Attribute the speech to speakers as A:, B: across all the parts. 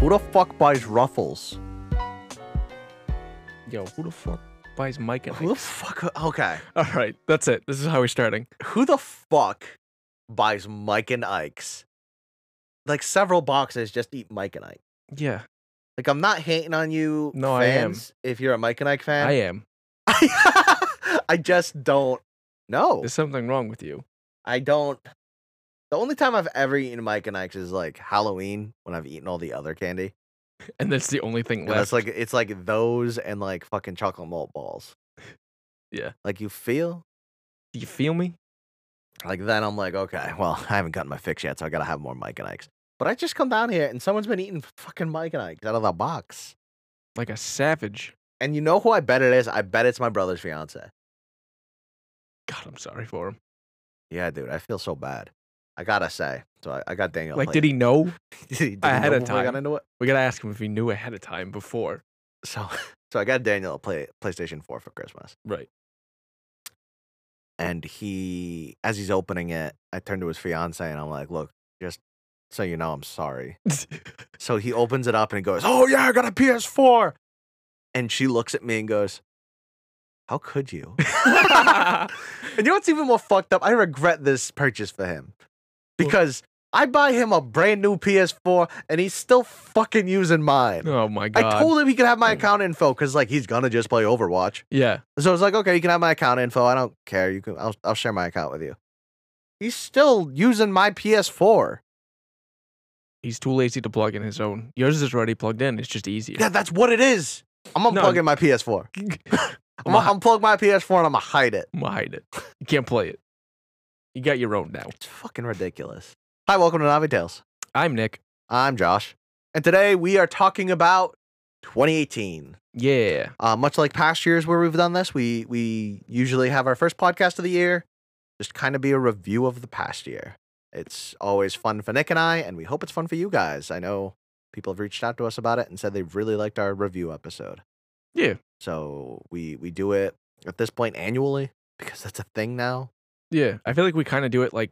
A: Who the fuck buys ruffles?
B: Yo, who the fuck buys Mike and
A: Who the fuck? Okay.
B: All right, that's it. This is how we're starting.
A: Who the fuck buys Mike and Ike's? Like several boxes just eat Mike and Ike.
B: Yeah,
A: Like I'm not hating on you,
B: No, I am.
A: fans. If you're a Mike and Ike fan,
B: I am.
A: I just don't know.
B: There's something wrong with you.
A: I don't. The only time I've ever eaten Mike and Ike's is like Halloween when I've eaten all the other candy.
B: And that's the only thing
A: And
B: left.
A: it's like it's like those and like fucking chocolate malt balls.
B: Yeah.
A: Like you feel
B: Do you feel me?
A: like then I'm like okay, well I haven't gotten my fix yet, so I gotta have more Mike and Ike's. But I just come down here and someone's been eating fucking Mike and Ike's out of the box.
B: Like a savage.
A: And you know who I bet it is? I bet it's my brother's fiance.
B: God, I'm sorry for him.
A: Yeah, dude, I feel so bad. I gotta say, so I, I got Daniel.
B: Like, did he know?
A: did
B: ahead
A: know
B: of
A: before I got
B: time?
A: into it.
B: We gotta ask him if he knew ahead of time before.
A: So, so I got Daniel a play, PlayStation Four for Christmas,
B: Right.
A: and he, as he's opening it, I turn to his fiance and I'm like, "Look, just so you know, I'm sorry." So he opens it up and he goes, "Oh yeah, I got a PS4," and she looks at me and goes, "How could you?" And you know what's even more fucked up? I regret this purchase for him because I buy him a brand new PS4 and he's still fucking using mine.
B: oh my god.
A: I told him he could have my
B: Mm.
A: account info because like he's gonna just play Overwatch.
B: yeah.
A: So I was like, okay, you can have my account info. I don't care. You can. I'll, I'll share my account with you. He's still using my PS4.
B: He's too lazy to plug in his own. Yours is already plugged in. It's just easier.
A: Yeah, that's what it is. I'm unplugging my PS4. I'm gonna unplug my PS4 and I'm gonna hide it.
B: I'm gonna hide it. You can't play it. You got your own now.
A: It's fucking ridiculous. Hi, welcome to Navi Tales.
B: I'm Nick.
A: I'm Josh, and today we are talking about 2018.
B: Yeah.
A: Uh, much like past years where we've done this, we we usually have our first podcast of the year, just kind of be a review of the past year. It's always fun for Nick and I, and we hope it's fun for you guys. I know people have reached out to us about it and said they really liked our review episode.
B: Yeah.
A: So we we do it at this point annually because that's a thing now.
B: Yeah. I feel like we kind of do it like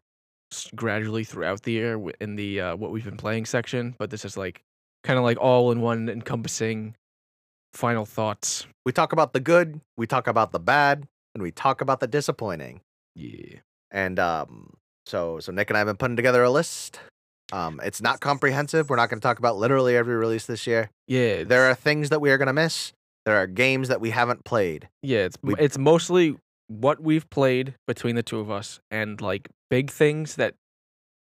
B: s- gradually throughout the year wi- in the uh, what we've been playing section, but this is like kind of like all in one encompassing final thoughts.
A: We talk about the good, we talk about the bad, and we talk about the disappointing.
B: Yeah.
A: and um, so so Nick and I have been putting together a list. Um, it's not comprehensive. We're not going to talk about literally every release this year.
B: Yeah.
A: There are things that we are going to miss. There are games that we haven't played.
B: Yeah, it's
A: We-
B: it's mostly what we've played between the two of us, and like big things that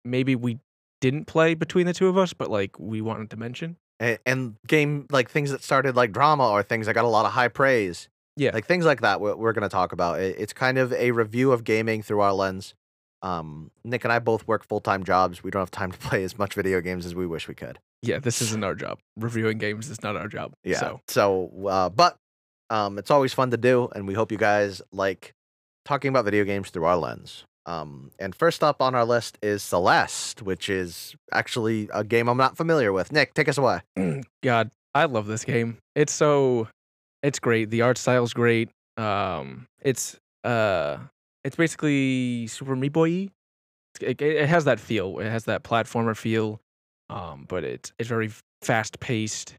B: maybe we didn't play between the two of us, but like we wanted to mention.
A: And, and game like things that started like drama or things that got a lot of high praise.
B: Yeah.
A: like things like that. We're, we're going to talk about. It, it's kind of a review of gaming through our lens. Um, Nick and I both work full time jobs. We don't have time to play as much video games as we wish we could.
B: Yeah, this isn't our job. Reviewing games is not our job.
A: Yeah.
B: So
A: So, uh, but um, it's always fun to do, and we hope you guys like talking about video games through our lens. Um, and first up on our list is Celeste, which is actually a game I'm not familiar with. Nick, take us away.
B: God, I love this game. It's so it's great. The art style's great. Um it's uh it's basically Super Meat Boy. It, it it has that feel. It has that platformer feel. Um but it's it's very fast paced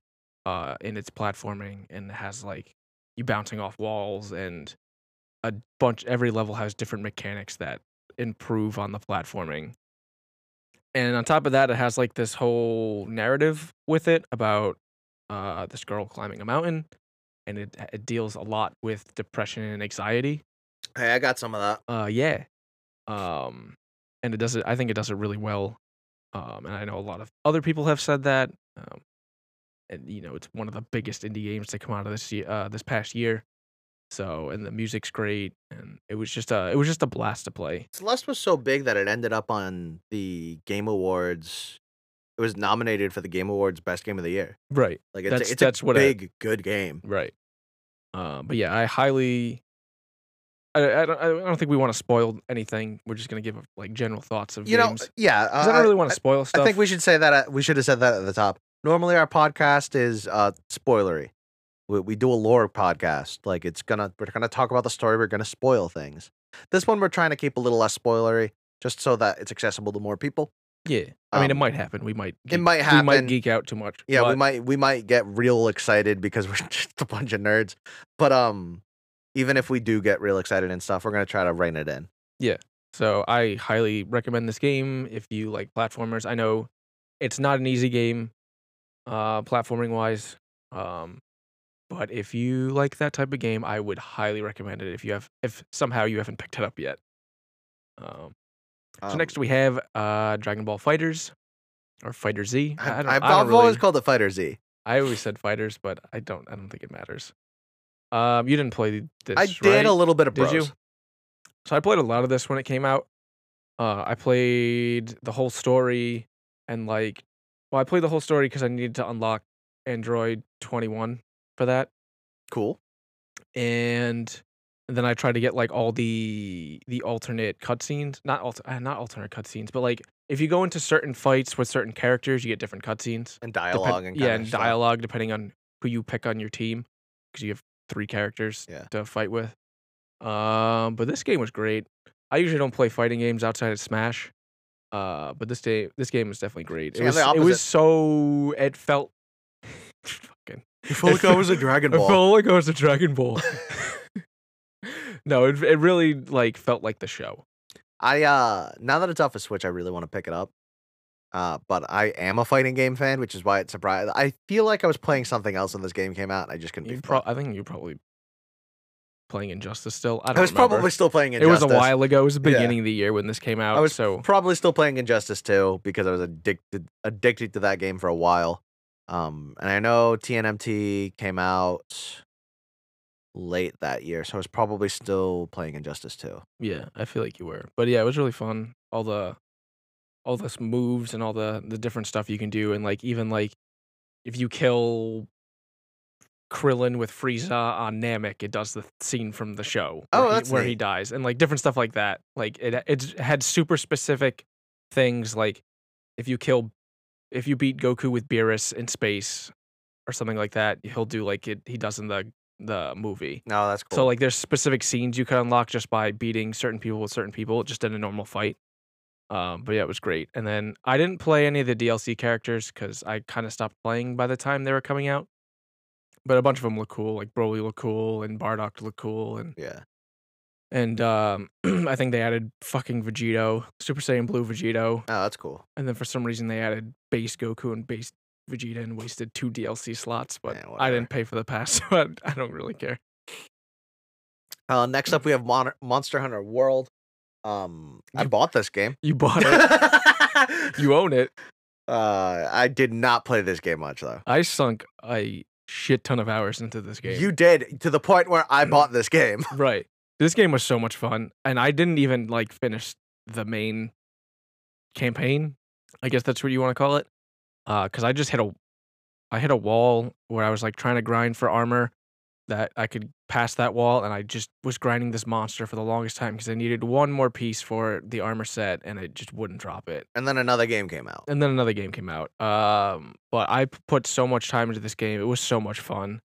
B: uh in its platforming and has like you bouncing off walls and a bunch every level has different mechanics that improve on the platforming and on top of that, it has like this whole narrative with it about uh, this girl climbing a mountain, and it, uh, it deals a lot with depression and anxiety.
A: Hey, I got some of that.
B: Uh, yeah, um, and it does it. I think it does it really well, um, and I know a lot of other people have said that. Um, and you know, it's one of the biggest indie games to come out of this year, uh, this past year. So, and the music's great, and it was just a it was just a blast to play.
A: Celeste was so big that it ended up on the Game Awards. It was nominated for the Game Awards Best Game of the Year.
B: Right.
A: Like it's
B: That's-
A: a, it's
B: that's
A: a
B: what I-
A: big good game.
B: Right. Uh, but yeah, I highly. I, I don't. I don't think we want to spoil anything. We're just gonna give like general thoughts of
A: You know,
B: games. 'Cause
A: yeah.
B: I don't
A: uh,
B: really want to spoil stuff.
A: I think we should say that at, we should have said that at the top. Normally, our podcast is uh, spoilery. We, we do a lore podcast. Like it's gonna we're gonna talk about the story. We're gonna spoil things. This one we're trying to keep a little less spoilery, just so that it's accessible to more people.
B: Yeah. I mean, it
A: Um,
B: might happen. We might.
A: it might
B: We
A: happen.
B: might geek out too much.
A: yeah, we
B: but
A: might we might get real excited because we're just a bunch of nerds. But um, even if we do get real excited and stuff, we're gonna try to rein it in.
B: So I highly recommend this game if you like platformers. I know it's not an easy game, uh, platforming wise. Um, but if you like that type of game, I would highly recommend it. If you have, if somehow you haven't picked it up yet. Um, so
A: Um,
B: next we have uh, Dragon Ball Fighters, or Fighter Z. I, I
A: I,
B: don't,
A: I,
B: I,
A: have
B: don't
A: always
B: really,
A: called it Fighter Z.
B: I always said Fighters, but I don't. I don't think it matters. Um, you didn't play this.
A: I did
B: right?
A: a little bit of
B: Did
A: Bros.
B: you? So I played a lot of this when it came out. Uh, I played the whole story and like, well, I played the whole story because I needed to unlock Android 21 for that,
A: Cool.
B: and then I tried to get like all the the alternate cutscenes, not alter, uh, not alternate cutscenes, but like if you go into certain fights with certain characters, you get different cutscenes.
A: And
B: Depend-
A: dialogue and
B: yeah,
A: kinda
B: and
A: stuff.
B: dialogue depending on who you pick on your team because you have three characters
A: Yeah.
B: to fight with. Um, but this game was great. I usually don't play fighting games outside of Smash, uh, but this day this game was definitely great.
A: See,
B: it
A: I'm
B: was
A: the
B: it was
A: opposite.
B: so it felt fucking
A: You feel like I was a Dragon
B: it
A: Ball.
B: felt like I was a Dragon Ball. no, it it really like felt like the show.
A: I uh now that it's off a Switch, I really want to pick it up. Uh, but I am a fighting game fan, which is why it surprised. I feel like I was playing something else when this game came out. And I just couldn't
B: You
A: be.
B: pro-
A: bothered.
B: I think you're probably playing Injustice still. I
A: I,
B: don't
A: was
B: remember.
A: probably still playing
B: it
A: Injustice.
B: was a while ago. It was the
A: Yeah.
B: beginning of the year when this came out.
A: I was
B: so
A: probably still playing Injustice 2 because I was addicted addicted to that game for a while. Um, and I know TNMT came out late that year, so I was probably still playing Injustice 2.
B: Yeah, I feel like you were. But yeah, it was really fun. All the all the s- moves and all the the different stuff you can do and like even like if you kill Krillin with Frieza on Namek, it does the scene from the show where,
A: Oh,
B: he,
A: that's
B: where he
A: neat.
B: dies and like different stuff like that. Like it it had super specific things like if you kill if you beat Goku with Beerus in space or something like that, he'll do like it he does in the the movie.
A: No, that's cool.
B: So like there's specific scenes you can unlock just by beating certain people with certain people just in a normal fight. Um, but yeah, it was great. And then I didn't play any of the DLC characters because I kind of stopped playing by the time they were coming out. But a bunch of them look cool, like Broly look cool and Bardock look cool, and
A: yeah.
B: and um, I think they added fucking Vegito, Super Saiyan Blue Vegito,
A: Oh, that's cool.
B: and then for some reason they added base Goku and base Vegeta and wasted two DLC slots. But
A: Yeah,
B: I
A: whatever.
B: didn't pay for the pass, so I, I don't really care.
A: Uh, next up we have Mon- Monster Hunter World. Um, I
B: You-
A: bought this game.
B: You bought it,
A: uh,
B: you own it.
A: I did not play this game much though.
B: I sunk a shit ton of hours into this game. Mm.
A: You did to the point where I bought this game.
B: right. This game was so much fun, and I didn't even like finish the main campaign. I guess that's what you want to call it, because I just hit a, I hit a wall where I was like trying to grind for armor that I could pass that wall, and I just was grinding this monster for the longest time because I needed one more piece for the armor set, and it just wouldn't drop it.
A: And then another game came out.
B: and then another game came out. Um, but I p- put so much time into this game; it was so much fun,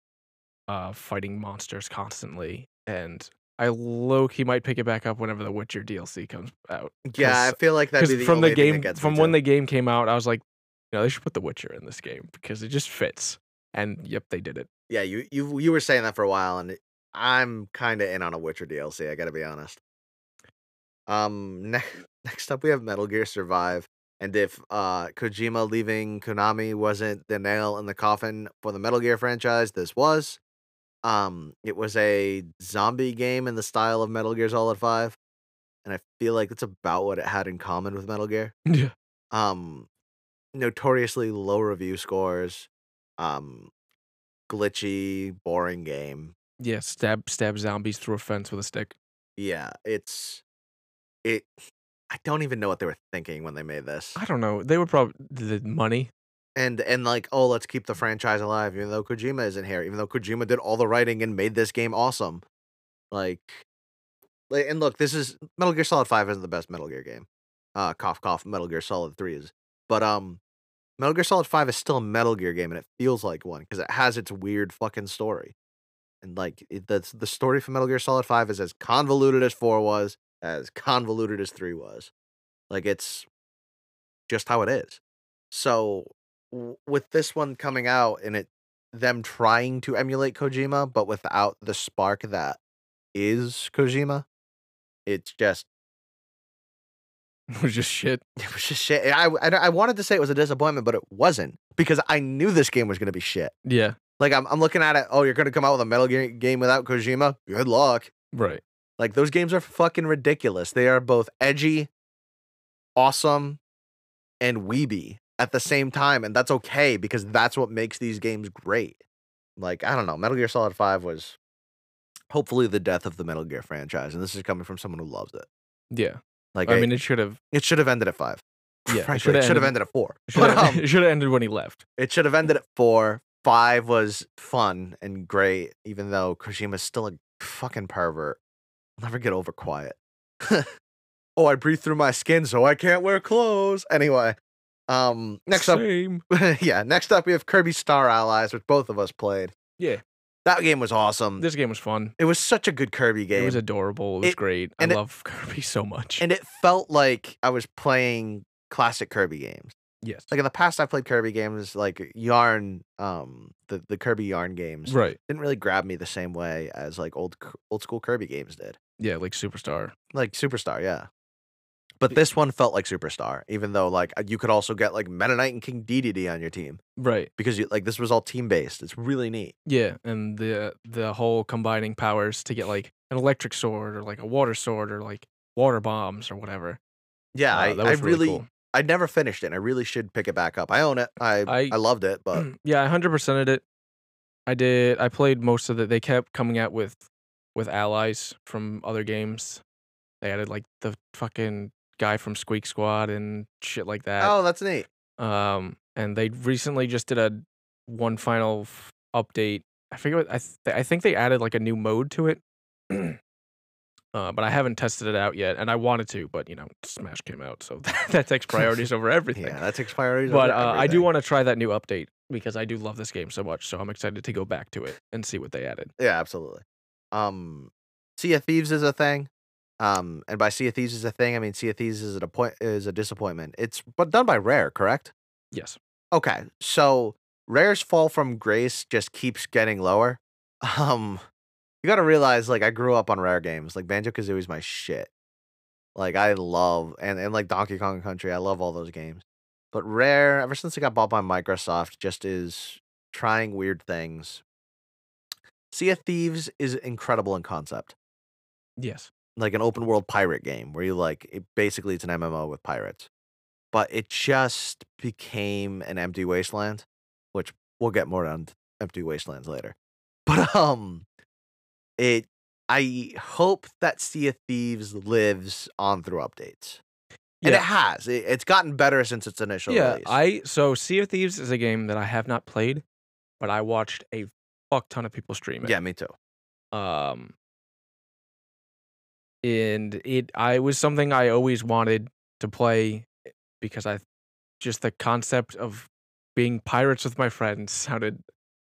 B: uh, fighting monsters constantly. And I low key might pick it back up whenever the Witcher DLC comes out.
A: Yeah, I feel like that'd be
B: Because
A: the
B: from
A: only
B: the
A: thing that
B: game,
A: gets me
B: from when
A: too.
B: the game came out, I was like, you know, they should put the Witcher in this game because it just fits. And yep, they did it.
A: yeah, you you you were saying that for a while, and it- I'm kind of in on a Witcher DLC. I got to be honest. Um, ne- next up we have Metal Gear Survive, and if uh Kojima leaving Konami wasn't the nail in the coffin for the Metal Gear franchise, this was. Um, it was a zombie game in the style of Metal Gear Solid Five, and I feel like that's about what it had in common with Metal Gear
B: Yeah,
A: um notoriously low review scores um glitchy boring game
B: yeah, stab stab zombies through a fence with a stick.
A: yeah it's it i don't even know what they were thinking when they made this
B: I don't know. They were probably the money.
A: and and like oh let's keep the franchise alive even though kojima isn't here even though kojima did all the writing and made this game awesome like like- and look this is metal gear solid 5 isn't the best metal gear game uh cough cough metal gear solid 3 is but um metal gear solid 5 is still a metal gear game and it feels like one because it has its weird fucking story and like it, the, the story for metal gear solid 5 is as convoluted as 4 was as convoluted as 3 was like it's just how it is. So w- with this one coming out and it them trying to emulate Kojima but without the spark that is Kojima, it's just
B: It was just shit.
A: it was just shit. I I, I wanted to say it was a disappointment, but it wasn't because I knew this game was going to be shit.
B: Yeah.
A: Like I'm, I'm looking at it. Oh, you're gonna come out with a Metal Gear game without Kojima? Good luck.
B: Right.
A: Like those games are fucking ridiculous. They are both edgy, awesome, and weeby at the same time, and that's okay because that's what makes these games great. Like I don't know, Metal Gear Solid Five was hopefully the death of the Metal Gear franchise, and this is coming from someone who loves it.
B: Yeah.
A: Like
B: I
A: it-
B: mean, it should have.
A: it should have ended at five.
B: Yeah, it
A: Frankly,
B: shoulda
A: it should have ended
B: ended-
A: at four.
B: Should
A: But, um,
B: have ended when he left.
A: It should have ended at four. Five was fun and great, even though Kojima's still a fucking pervert. I'll never get over quiet. oh, I breathe through my skin, so I can't wear clothes. Anyway, um, next up,
B: Same.
A: yeah, next up we have Kirby Star Allies, which both of us played.
B: Yeah.
A: that game was awesome.
B: This game was fun.
A: It was such a good Kirby game,
B: It was adorable. It was
A: It-
B: great. I
A: and it-
B: love Kirby so much.
A: and it felt like I was playing classic Kirby games.
B: yes.
A: Like in the past, I've played Kirby games, like Yarn, um, the the Kirby Yarn games.
B: right.
A: didn't really grab me the same way as like old k- old school Kirby games did.
B: Yeah. Like superstar.
A: Like Superstar, yeah. But this one felt like Superstar, even though like uh, you could also get like Meta Knight and King Dedede on your team
B: Right.
A: because you, like this was all team based. It's really neat.
B: Yeah, and the the whole combining powers to get like an electric sword or like a water sword or like water bombs or whatever.
A: Yeah,
B: Uh,
A: I,
B: that
A: I
B: was
A: really,
B: cool.
A: I never finished it. and I really should pick it back up. I own it. I I,
B: I-
A: loved it, but
B: yeah, I hundred percented it. I did. I played most of it. They kept coming out with with allies from other games. They added like the fucking guy from Squeak Squad and shit like that.
A: oh, that's neat.
B: Um, and they recently just did a one final f- update. I forget what I th- I think they added like a new mode to it. uh, but I haven't tested it out yet, and I wanted to, but you know, Smash came out, so that, takes priorities over everything.
A: Yeah, that takes priority.
B: but
A: over
B: uh, I do
A: everything.
B: want to try that new update because I do love this game so much. So I'm excited to go back to it and see what they added.
A: Yeah, absolutely. Um, Sea of Thieves is a thing. Um, and by Sea of Thieves is a thing, I mean Sea of Thieves is an appoint- is a disappointment. It's but done by Rare, correct?
B: Yes,
A: Okay, so Rare's fall from grace just keeps getting lower. Um, you got to realize, like, I grew up on Rare games. Like Banjo Kazooie's my shit. Like I love and and like Donkey Kong Country, I love all those games. But Rare, ever since it got bought by Microsoft, just is trying weird things. Sea of Thieves is incredible in concept,
B: yes,
A: like an open world pirate game where you like it, basically it's an MMO with pirates, but it just became an empty wasteland, which we'll get more on empty wastelands later. But um, it I hope that Sea of Thieves lives on through updates, and
B: yeah,
A: it has. It, it's gotten better since its initial
B: yeah.
A: release.
B: I so Sea of Thieves is a game that I have not played, but I watched a fuck ton of people stream it.
A: yeah, me too.
B: um and it i was something i always wanted to play eh, because i just the concept of being pirates with my friends sounded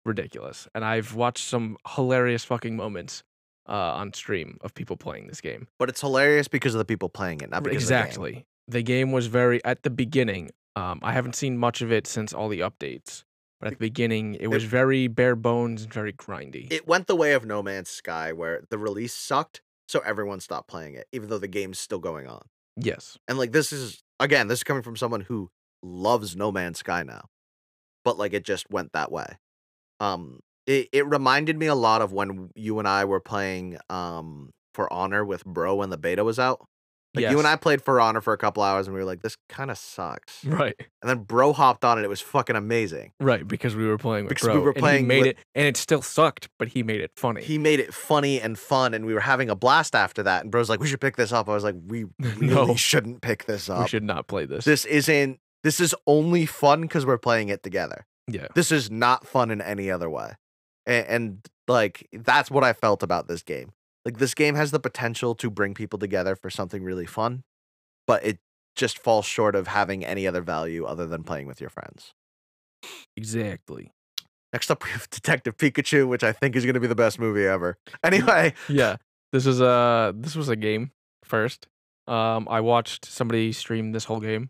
B: ridiculous and i've watched some hilarious fucking moments uh, on stream of people playing this game
A: But it's hilarious because of the people playing it, not because Of
B: exactly the game. was very at the beginning um i haven't seen much of it since all the updates but at the beginning it was very bare bones and very grindy
A: the game. It went the way of No Man's Sky, where the release sucked, so everyone stopped playing it, even though the game's still going on.
B: yes
A: And like this is again, this is coming from someone who loves No Man's Sky now, but like it just went that way. Um, it it reminded me a lot of when you and I were playing um For Honor with Bro when the beta was out. Like you and I
B: Yes. Mm.
A: played For Honor for a couple hours, and we were like, "This kind of sucks."
B: right
A: And then Bro hopped on, and it was fucking amazing.
B: Right, because we were playing with
A: Because we
B: Bro,
A: were
B: and
A: playing
B: he made
A: with-
B: it, and it still sucked, but he made it funny.
A: he made it funny and fun and we were having a blast after that and bro's like we should pick this up i was like we really
B: No.
A: shouldn't pick this
B: we
A: up
B: should not play this.
A: this isn't this is only fun because we're playing it together
B: yeah,
A: this is not fun in any other way and, and like that's what i felt about this game like this game has the potential to bring people together for something really fun but it just falls short of having any other value other than playing with your friends
B: exactly.
A: next up we have detective pikachu which i think is going to be the best movie ever anyway
B: Yeah, this is a this was a game first. Um, I watched somebody stream this whole game.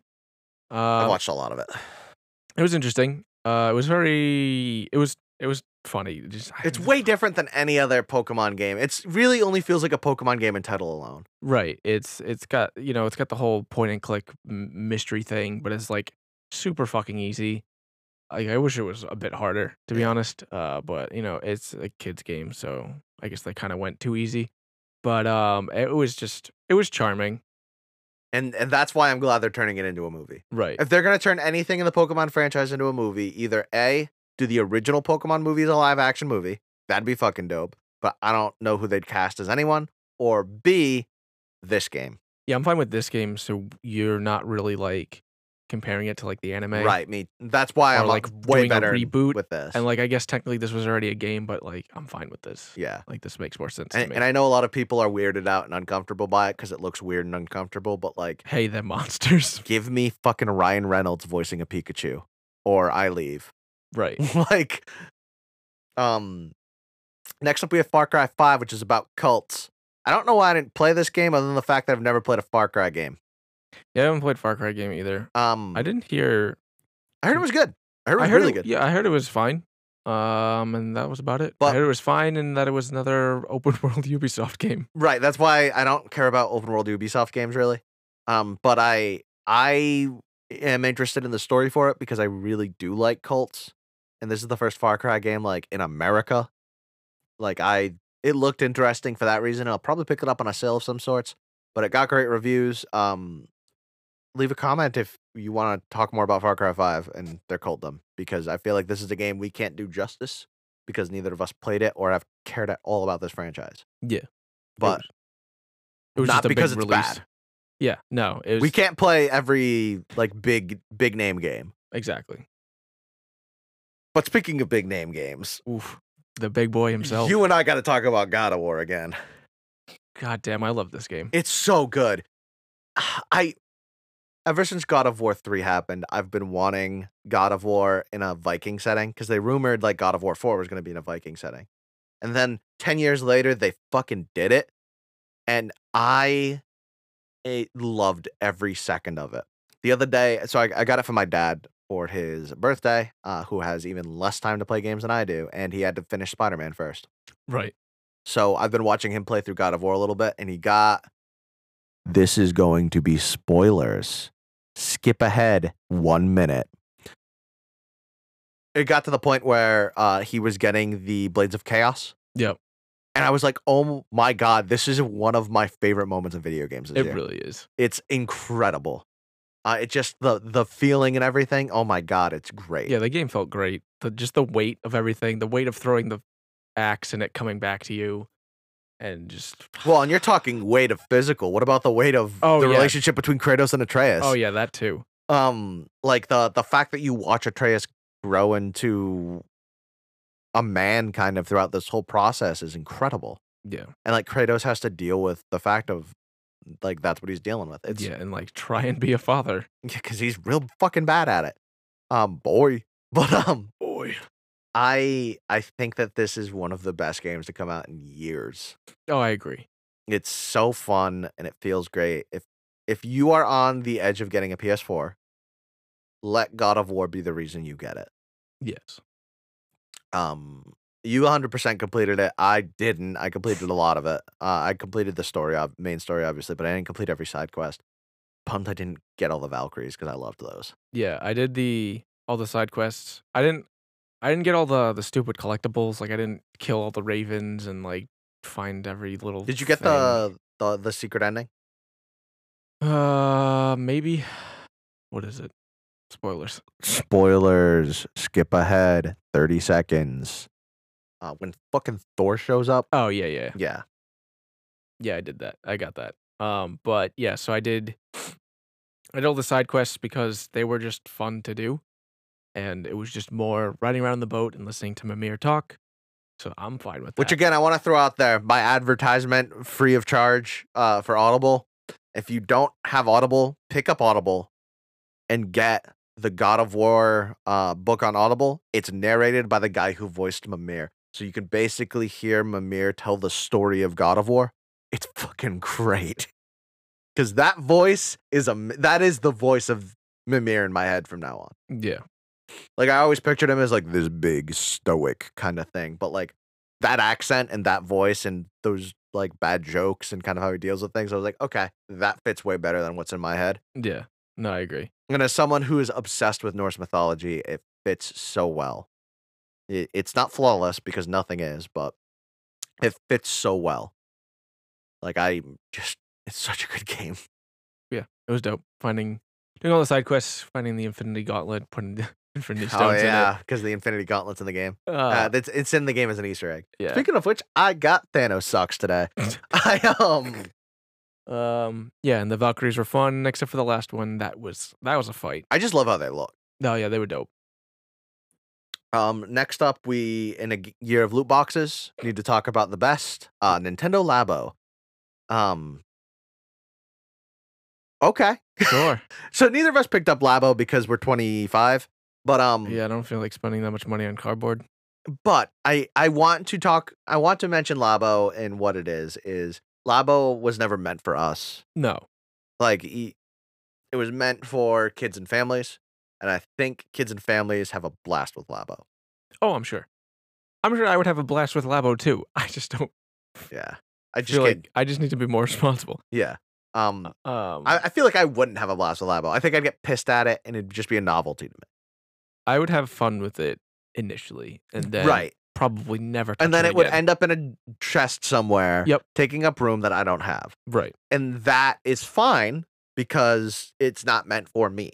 A: I
B: Uh,
A: watched a lot of it.
B: It was interesting. Uh, it was very. It was. It was funny. It Just, I
A: It's
B: don't-
A: way different than any other Pokemon game. It's really only feels like a Pokemon game in title alone.
B: right. It's. It's got. You know. It's got the whole point and click m- mystery thing, but it's like super fucking easy. Like I wish it was a bit harder, to be honest. Uh, but you know, it's a kids game, so I guess they kind of went too easy. But um, it was just. It was charming.
A: And and that's why I'm glad they're turning it into a movie.
B: Right.
A: If they're going to turn anything in the Pokemon franchise into a movie, either A, do the original Pokemon movie as a live action movie. That'd be fucking dope. But I don't know who they'd cast as anyone. Or B, this game.
B: Yeah, I'm fine with this game. So you're not really like comparing it to like the anime,
A: Right. Me. That's why
B: Or,
A: I'm
B: like,
A: like way
B: doing a
A: better
B: reboot
A: with this.
B: And like, I guess technically this was already a game, but like, I'm fine with this.
A: yeah.
B: Like, this makes more sense to
A: And,
B: me.
A: and I know a lot of people are weirded out and uncomfortable by it because it looks weird and uncomfortable, but like,
B: hey, they're monsters.
A: give me fucking Ryan Reynolds voicing a Pikachu or I leave.
B: right.
A: like, um, next up we have Far Cry 5, which is about cults. I don't know why I didn't play this game other than the fact that I've never played a Far Cry game.
B: Yeah, I haven't played Far Cry game either.
A: Um,
B: I didn't hear.
A: I heard it was good. I heard it
B: I
A: was
B: heard
A: really
B: it,
A: good.
B: Yeah, I heard it was fine. Um, and that was about it. I
A: But-
B: heard it was fine, and that it was another open world Ubisoft game.
A: Right. That's why I don't care about open world Ubisoft games really. Um, but I I am interested in the story for it because I really do like cults, and this is the first Far Cry game like in America. Like I, it looked interesting for that reason. I'll probably pick it up on a sale of some sorts. But it got great reviews. Um, leave a comment if you want to talk more about Far Cry Five and their cultdom because I feel like this is a game we can't do justice because neither of us played it or have cared at all about this franchise.
B: Yeah. It
A: But
B: was- it was
A: not
B: just a
A: because
B: big
A: it's
B: release.
A: bad.
B: Yeah, no, it was
A: we can't play every like big big name game.
B: exactly.
A: But speaking of big name games,
B: Oof, the big boy himself.
A: you and I got to talk about God of War again.
B: God damn, I love this game.
A: It's so good. I ever since God of War 3 happened, I've been wanting God of War in a Viking setting because they rumored like God of War 4 was going to be in a Viking setting. And then 10 years later, they fucking did it. And I eh, loved every second of it. The other day, so I, I got it for my dad for his birthday, uh, who has even less time to play games than I do. And he had to finish Spider Man first.
B: Right.
A: So I've been watching him play through God of War a little bit, and he got. This is going to be spoilers. Skip ahead one minute. It got to the point where uh, he was getting the Blades of Chaos.
B: Yep.
A: And I was like, oh my God, this is one of my favorite moments in video games this
B: It
A: year.
B: really is.
A: it's incredible. Uh, it just, the, the feeling and everything, oh my God, it's great.
B: Yeah, the game felt great. The just the weight of everything, the weight of throwing the axe and it coming back to you, and just
A: Well, and you're talking weight of physical. What about the weight of
B: Oh,
A: the
B: yeah.
A: relationship between Kratos and Atreus?
B: oh yeah, that too.
A: um like the the fact that you watch Atreus grow into a man kind of throughout this whole process is incredible.
B: Yeah,
A: And like Kratos has to deal with the fact of like that's what he's dealing with. It's
B: yeah, and like try and be a father.
A: because he's real fucking bad at it. Um boy. But um
B: Boy.
A: I I think that this is one of the best games to come out in years.
B: Oh, I agree.
A: It's so fun and it feels great. If if you are on the edge of getting a PS4, let God of War be the reason you get it.
B: Yes.
A: um you 100% completed it i didn't i completed a lot of it uh, i completed the story ob- main story obviously but i didn't complete every side quest pumped i didn't get all the valkyries because i loved those
B: Yeah, I did the all the side quests. I didn't. I didn't get all the the stupid collectibles. Like I didn't kill all the ravens and like find every little.
A: did you get
B: thing.
A: the, the the secret ending
B: Uh, maybe. What is it? Spoilers.
A: spoilers skip ahead 30 seconds uh, when fucking thor shows up
B: Oh yeah, yeah.
A: yeah
B: yeah, I did that. I got that. Um, but yeah, so I did. I did all the side quests because they were just fun to do, and it was just more riding around the boat and listening to Mimir talk. So I'm fine with that.
A: Which again, I want to throw out there my advertisement free of charge uh, for Audible. If you don't have Audible, pick up Audible and get the God of War uh, book on Audible. It's narrated by the guy who voiced Mimir. So you can basically hear Mimir tell the story of God of War. It's fucking great. Because that voice is a that is the voice of Mimir in my head from now on.
B: Yeah.
A: Like I always pictured him as like this big stoic kind of thing, but like that accent and that voice and those like bad jokes and kind of how he deals with things, I was like, okay, that fits way better than what's in my head.
B: Yeah. No, I agree.
A: And as someone who is obsessed with Norse mythology, it fits so well. It, it's not flawless because nothing is, but it fits so well. Like I just, it's such a good game.
B: Yeah. It was dope. Finding doing all the side quests, finding the Infinity Gauntlet, putting the Infinity
A: Oh
B: Stones
A: yeah, because the Infinity Gauntlet's in the game.
B: in it. Uh,
A: Uh, that's it's in the game as an Easter egg.
B: yeah.
A: Speaking of which, I got Thanos socks today. I um,
B: Um. Yeah, and the Valkyries were fun, except for the last one. That was that was a fight.
A: I just love how they look.
B: No, yeah, they were dope.
A: Um, next up, we in a g- year of loot boxes need to talk about the best uh, Nintendo Labo. Um, okay,
B: Sure.
A: so neither of us picked up Labo because we're twenty five, but um,
B: yeah, I don't feel like spending that much money on cardboard.
A: but I I want to talk. I want to mention Labo and what it is is Labo was never meant for us.
B: No.
A: like e- it was meant for kids and families and i think kids and families have a blast with labo
B: Oh, I'm sure. I'm sure I would have a blast with Labo too. I just don't
A: yeah i just
B: feel
A: get-
B: like I just need to be more responsible.
A: yeah um
B: Um,
A: I, I feel like i wouldn't have a blast with labo i think i'd get pissed at it and it'd just be a novelty to me
B: I would have fun with it initially, and then
A: right
B: probably never. touch
A: and then it would
B: again.
A: end up in a chest somewhere
B: Yep.
A: taking up room that i don't have
B: Right.
A: and that is fine because it's not meant for me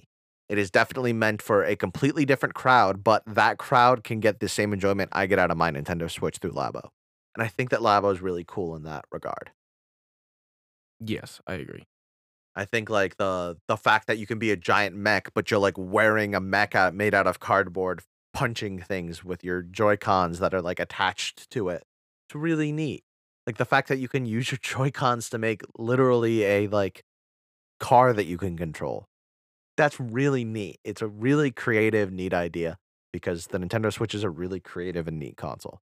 A: it is definitely meant for a completely different crowd, but that crowd can get the same enjoyment I get out of my Nintendo Switch through Labo. And I think that Labo is really cool in that regard.
B: Yes, I agree.
A: I think like the the fact that you can be a giant mech, but you're like wearing a mech out, made out of cardboard, punching things with your Joy Cons that are like attached to it. It's really neat. Like the fact that you can use your Joy Cons to make literally a like car that you can control. That's really neat. It's a really creative, neat idea because the Nintendo Switch is a really creative and neat console.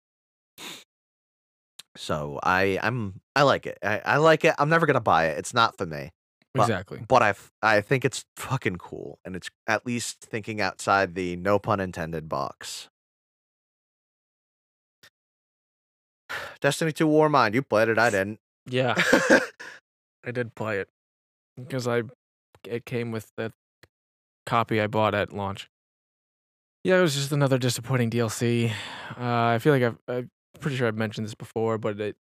A: So I I'm I like it. I, I like it. I'm never gonna buy it. It's not for me Well,
B: exactly.
A: but I f- I think it's fucking cool, and it's at least thinking outside the no pun intended box. Destiny 2 Warmind, you played it, I didn't.
B: Yeah, I did play it because I it came with that copy I bought at launch. Yeah, it was just another disappointing DLC. Uh, I feel like I've, I'm pretty sure I've mentioned this before, but it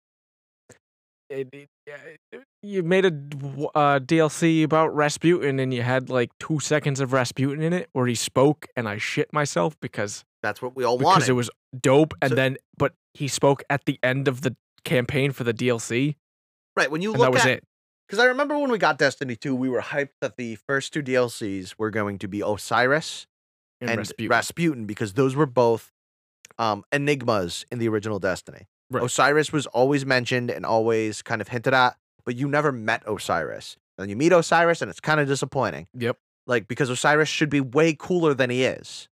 B: it, it, yeah, it- you made a d- w- uh, DLC about Rasputin and you had like two seconds of Rasputin in it where he spoke and I shit myself because
A: That's what we all
B: because
A: wanted.
B: it was dope and
A: So-
B: then but he spoke at the end of the campaign for the DLC
A: right, when you
B: and that
A: look
B: was
A: at
B: it.
A: because I remember when we got Destiny 2, we were hyped that the first two DLCs were going to be Osiris
B: in
A: and
B: Rasputin.
A: Rasputin, because those were both um, enigmas in the original Destiny.
B: Right.
A: Osiris was always mentioned and always kind of hinted at, but you never met Osiris. And you meet Osiris, and it's kind of disappointing.
B: Yep.
A: Like because Osiris should be way cooler than he is.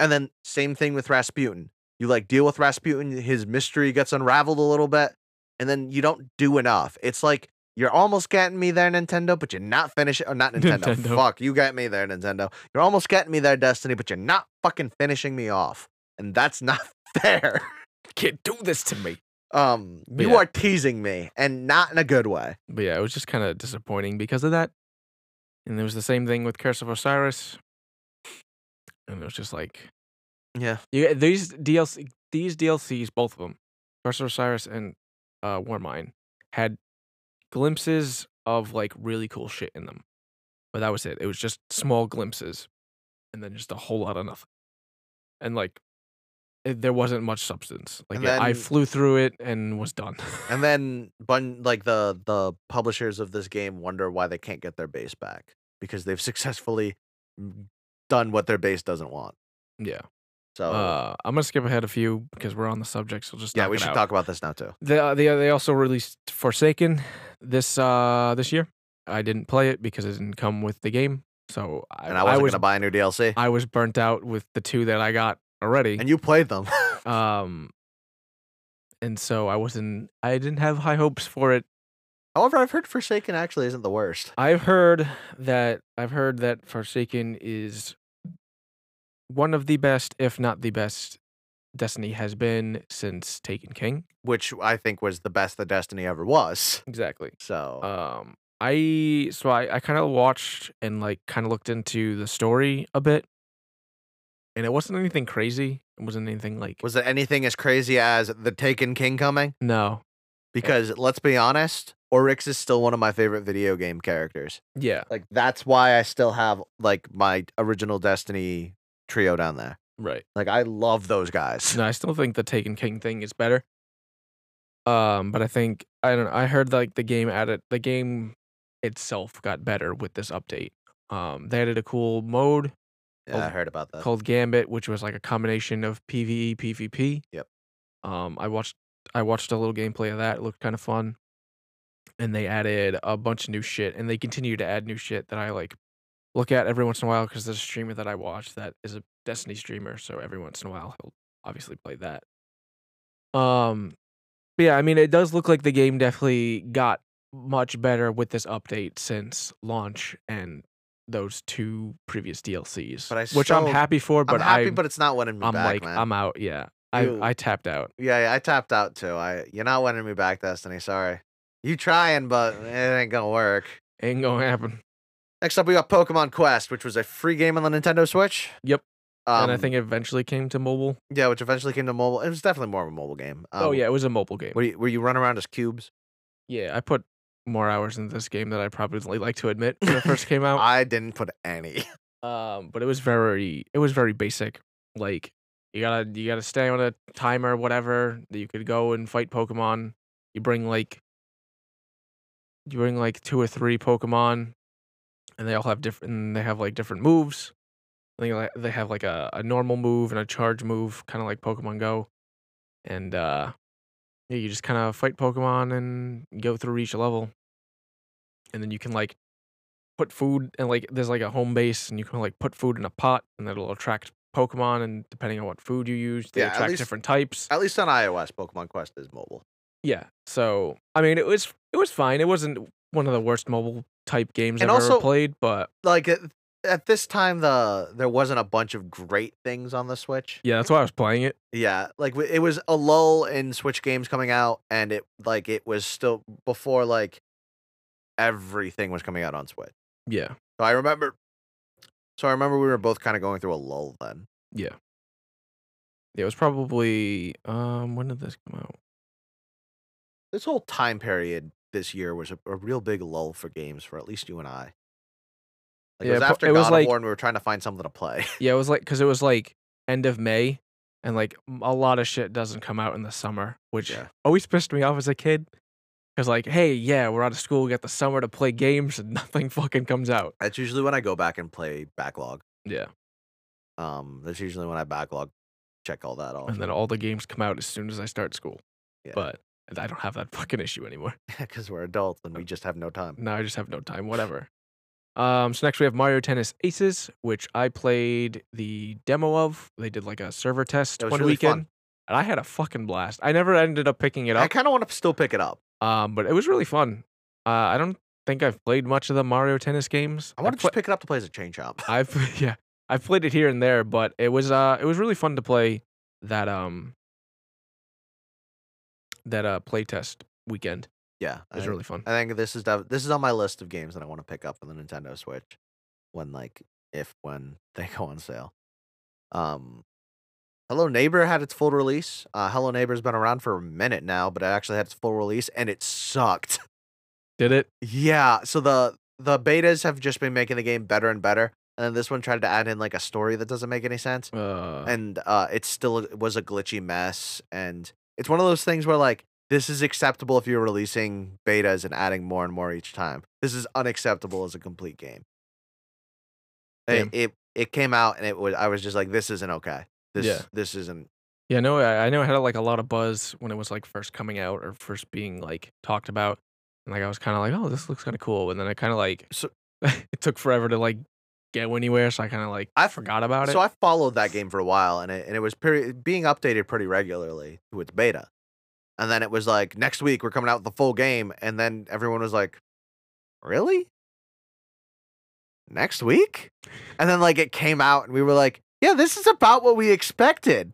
A: And then same thing with Rasputin. You like deal with Rasputin, his mystery gets unraveled a little bit, and then you don't do enough. It's like you're almost getting me there, Nintendo, but you're not finishing. Or not Nintendo.
B: Nintendo.
A: Fuck, you got me there, Nintendo. You're almost getting me there, Destiny, but you're not fucking finishing me off, and that's not fair.
B: can't do this to me.
A: Um, you
B: Yeah.
A: are teasing me, and not in a good way.
B: But yeah, it was just kind of disappointing because of that. And it was the same thing with Curse of Osiris. And it was just like
A: Yeah,
B: you get- these DLC, these DLCs, both of them, Curse of Osiris and uh, Warmind, had glimpses of like really cool shit in them, but that was it. It was just small glimpses, and then just a whole lot of nothing. And like, it, there wasn't much substance. Like
A: And
B: it- I
A: then-
B: flew through it and was done.
A: and then bun like the the publishers of this game wonder why they can't get their base back because they've successfully m- done what their base doesn't want.
B: yeah.
A: So
B: Uh, I'm gonna skip ahead a few because we're on the subject, so just
A: Oh. yeah,
B: knock
A: we
B: it
A: should
B: out.
A: talk about this now too.
B: They uh, they they also released Forsaken this uh this year. I didn't play it because it didn't come with the game, so I,
A: And I wasn't
B: was
A: gonna buy a new DLC,
B: I was burnt out with the two that I got already.
A: and you played them.
B: um, and so I wasn't I didn't have high hopes for it
A: However, I've heard Forsaken actually isn't the worst.
B: I've heard that I've heard that Forsaken is one of the best, if not the best, Destiny has been since Taken King.
A: which I think was the best that Destiny ever was.
B: Exactly.
A: So
B: Um, I so I I kind of watched and like kind of looked into the story a bit, and it wasn't anything crazy. It wasn't anything like
A: was it anything as crazy as the Taken King coming?
B: no,
A: Because let's be honest, Oryx is still one of my favorite video game characters.
B: yeah,
A: Like that's why I still have like my original Destiny trio down there.
B: right.
A: Like I love those guys.
B: No, I still think the Taken King thing is better. Um, but I think I don't. know. I heard like the game added the game itself got better with this update. Um, they added a cool mode
A: Yeah, I heard about that.
B: called Gambit, which was like a combination of E, PVE, PvP.
A: Yep.
B: Um, I watched I watched a little gameplay of that. It looked kind of fun. And they added a bunch of new shit, and they continue to add new shit that I like look at every once in a while because there's a streamer that I watch that is a Destiny streamer, so every once in a while he'll obviously play that. Um, but yeah, I mean, it does look like the game definitely got much better with this update since launch and those two previous DLCs,
A: But I
B: which I'm
A: still-
B: happy for.
A: I'm
B: But
A: happy,
B: I'm-
A: but it's not winning me
B: I'm
A: back,
B: like
A: man.
B: I'm out. Yeah,
A: You-
B: I I tapped out.
A: yeah, yeah, I tapped out too. I you're not winning me back, Destiny. Sorry. You trying, but it ain't gonna work.
B: Ain't gonna happen.
A: Next up, we got Pokemon Quest, which was a free game on the Nintendo Switch.
B: Yep.
A: Um,
B: and I think it eventually came to mobile.
A: yeah, which eventually came to mobile. It was definitely more of a mobile game.
B: oh
A: Um,
B: yeah, it was a mobile game.
A: were you, were you running around as cubes?
B: yeah, I put more hours into this game than I probably like to admit when it first came out.
A: I didn't put any.
B: um, but it was very it was very basic. Like you gotta you gotta stay on a timer, whatever that you could go and fight Pokemon. You bring like you bring like two or three Pokemon, and they all have different. and They have like different moves. I think like, they have like a, a normal move and a charge move, kind of like Pokemon Go. And uh, yeah, you just kind of fight Pokemon and go through each level, and then you can like put food and like there's like a home base and you can like put food in a pot and that'll attract Pokemon and depending on what food you use, they
A: Yeah, at
B: attract
A: least-
B: different types.
A: At least on iOS, Pokemon Quest is mobile.
B: Yeah. So I mean, it was it was fine. It wasn't one of the worst mobile type games
A: And
B: I've
A: also-
B: ever played, but
A: Like at, at this time, the there wasn't a bunch of great things on the Switch.
B: yeah, that's why I was playing it.
A: Yeah, like w- it was a lull in Switch games coming out, and it like it was still before like everything was coming out on Switch.
B: Yeah.
A: So I remember. So I remember we were both kind of going through a lull then.
B: Yeah, It was probably um when did this come out?
A: This whole time period this year was a, a real big lull for games for at least you and I. Like it
B: Yeah,
A: was
B: pro-
A: after
B: it
A: God
B: was
A: of
B: like-
A: War, and we were trying to find something to play.
B: Yeah, it was like because it was like end of May, and like m- a lot of shit doesn't come out in the summer, which
A: Yeah.
B: always pissed me off as a kid. Cause like, hey, yeah, we're out of school, we got the summer to play games, and nothing fucking comes out.
A: That's usually when I go back and play backlog.
B: Yeah.
A: Um, that's usually when I backlog, check all that off.
B: And then all the games come out as soon as I start school.
A: Yeah.
B: But I don't have that fucking issue anymore.
A: because we're adults and we just have no time.
B: No, I just have no time. Whatever. Um, so next we have Mario Tennis Aces, which I played the demo of. They did like a server test
A: That was
B: one
A: really fun.
B: weekend, and I had a fucking blast. I never ended up picking it
A: I
B: up,
A: kind of want to still pick it up.
B: um, but it was really fun. Uh, I don't think I've played much of the Mario Tennis games.
A: I want to
B: pla-
A: just pick it up to play as a chain shop.
B: I've yeah, I've played it here and there, but it was uh, it was really fun to play that um, that uh, playtest weekend.
A: yeah,
B: It was
A: I-
B: really fun.
A: I think this is def- this is on my list of games that I want to pick up for the Nintendo Switch when like if when they go on sale. Um Hello Neighbor had its full release. Uh Hello Neighbor's been around for a minute now, but it actually had its full release and it sucked.
B: Did it?
A: yeah, so the the betas have just been making the game better and better. And then this one tried to add in like a story that doesn't make any sense
B: Uh,
A: and uh, it still it was a glitchy mess. And it's one of those things where like this is acceptable if you're releasing betas and adding more and more each time. This is unacceptable as a complete game.
B: Damn.
A: It, it it came out and it was I was just like this isn't okay. This
B: Yeah.
A: this isn't
B: Yeah, no, I, I know it had like a lot of buzz when it was like first coming out or first being like talked about, and like I was kind of like, oh, this looks kind of cool, and then I kind of like
A: So-
B: it took forever to like get anywhere, so I kind of like
A: I-
B: I forgot about
A: So
B: it.
A: I followed that game for a while, and it and it was peri- being updated pretty regularly to its beta. And then it was like, next week we're coming out with the full game. And then everyone was like, really? Next week? And then like it came out and we were like, yeah, this is about what we expected.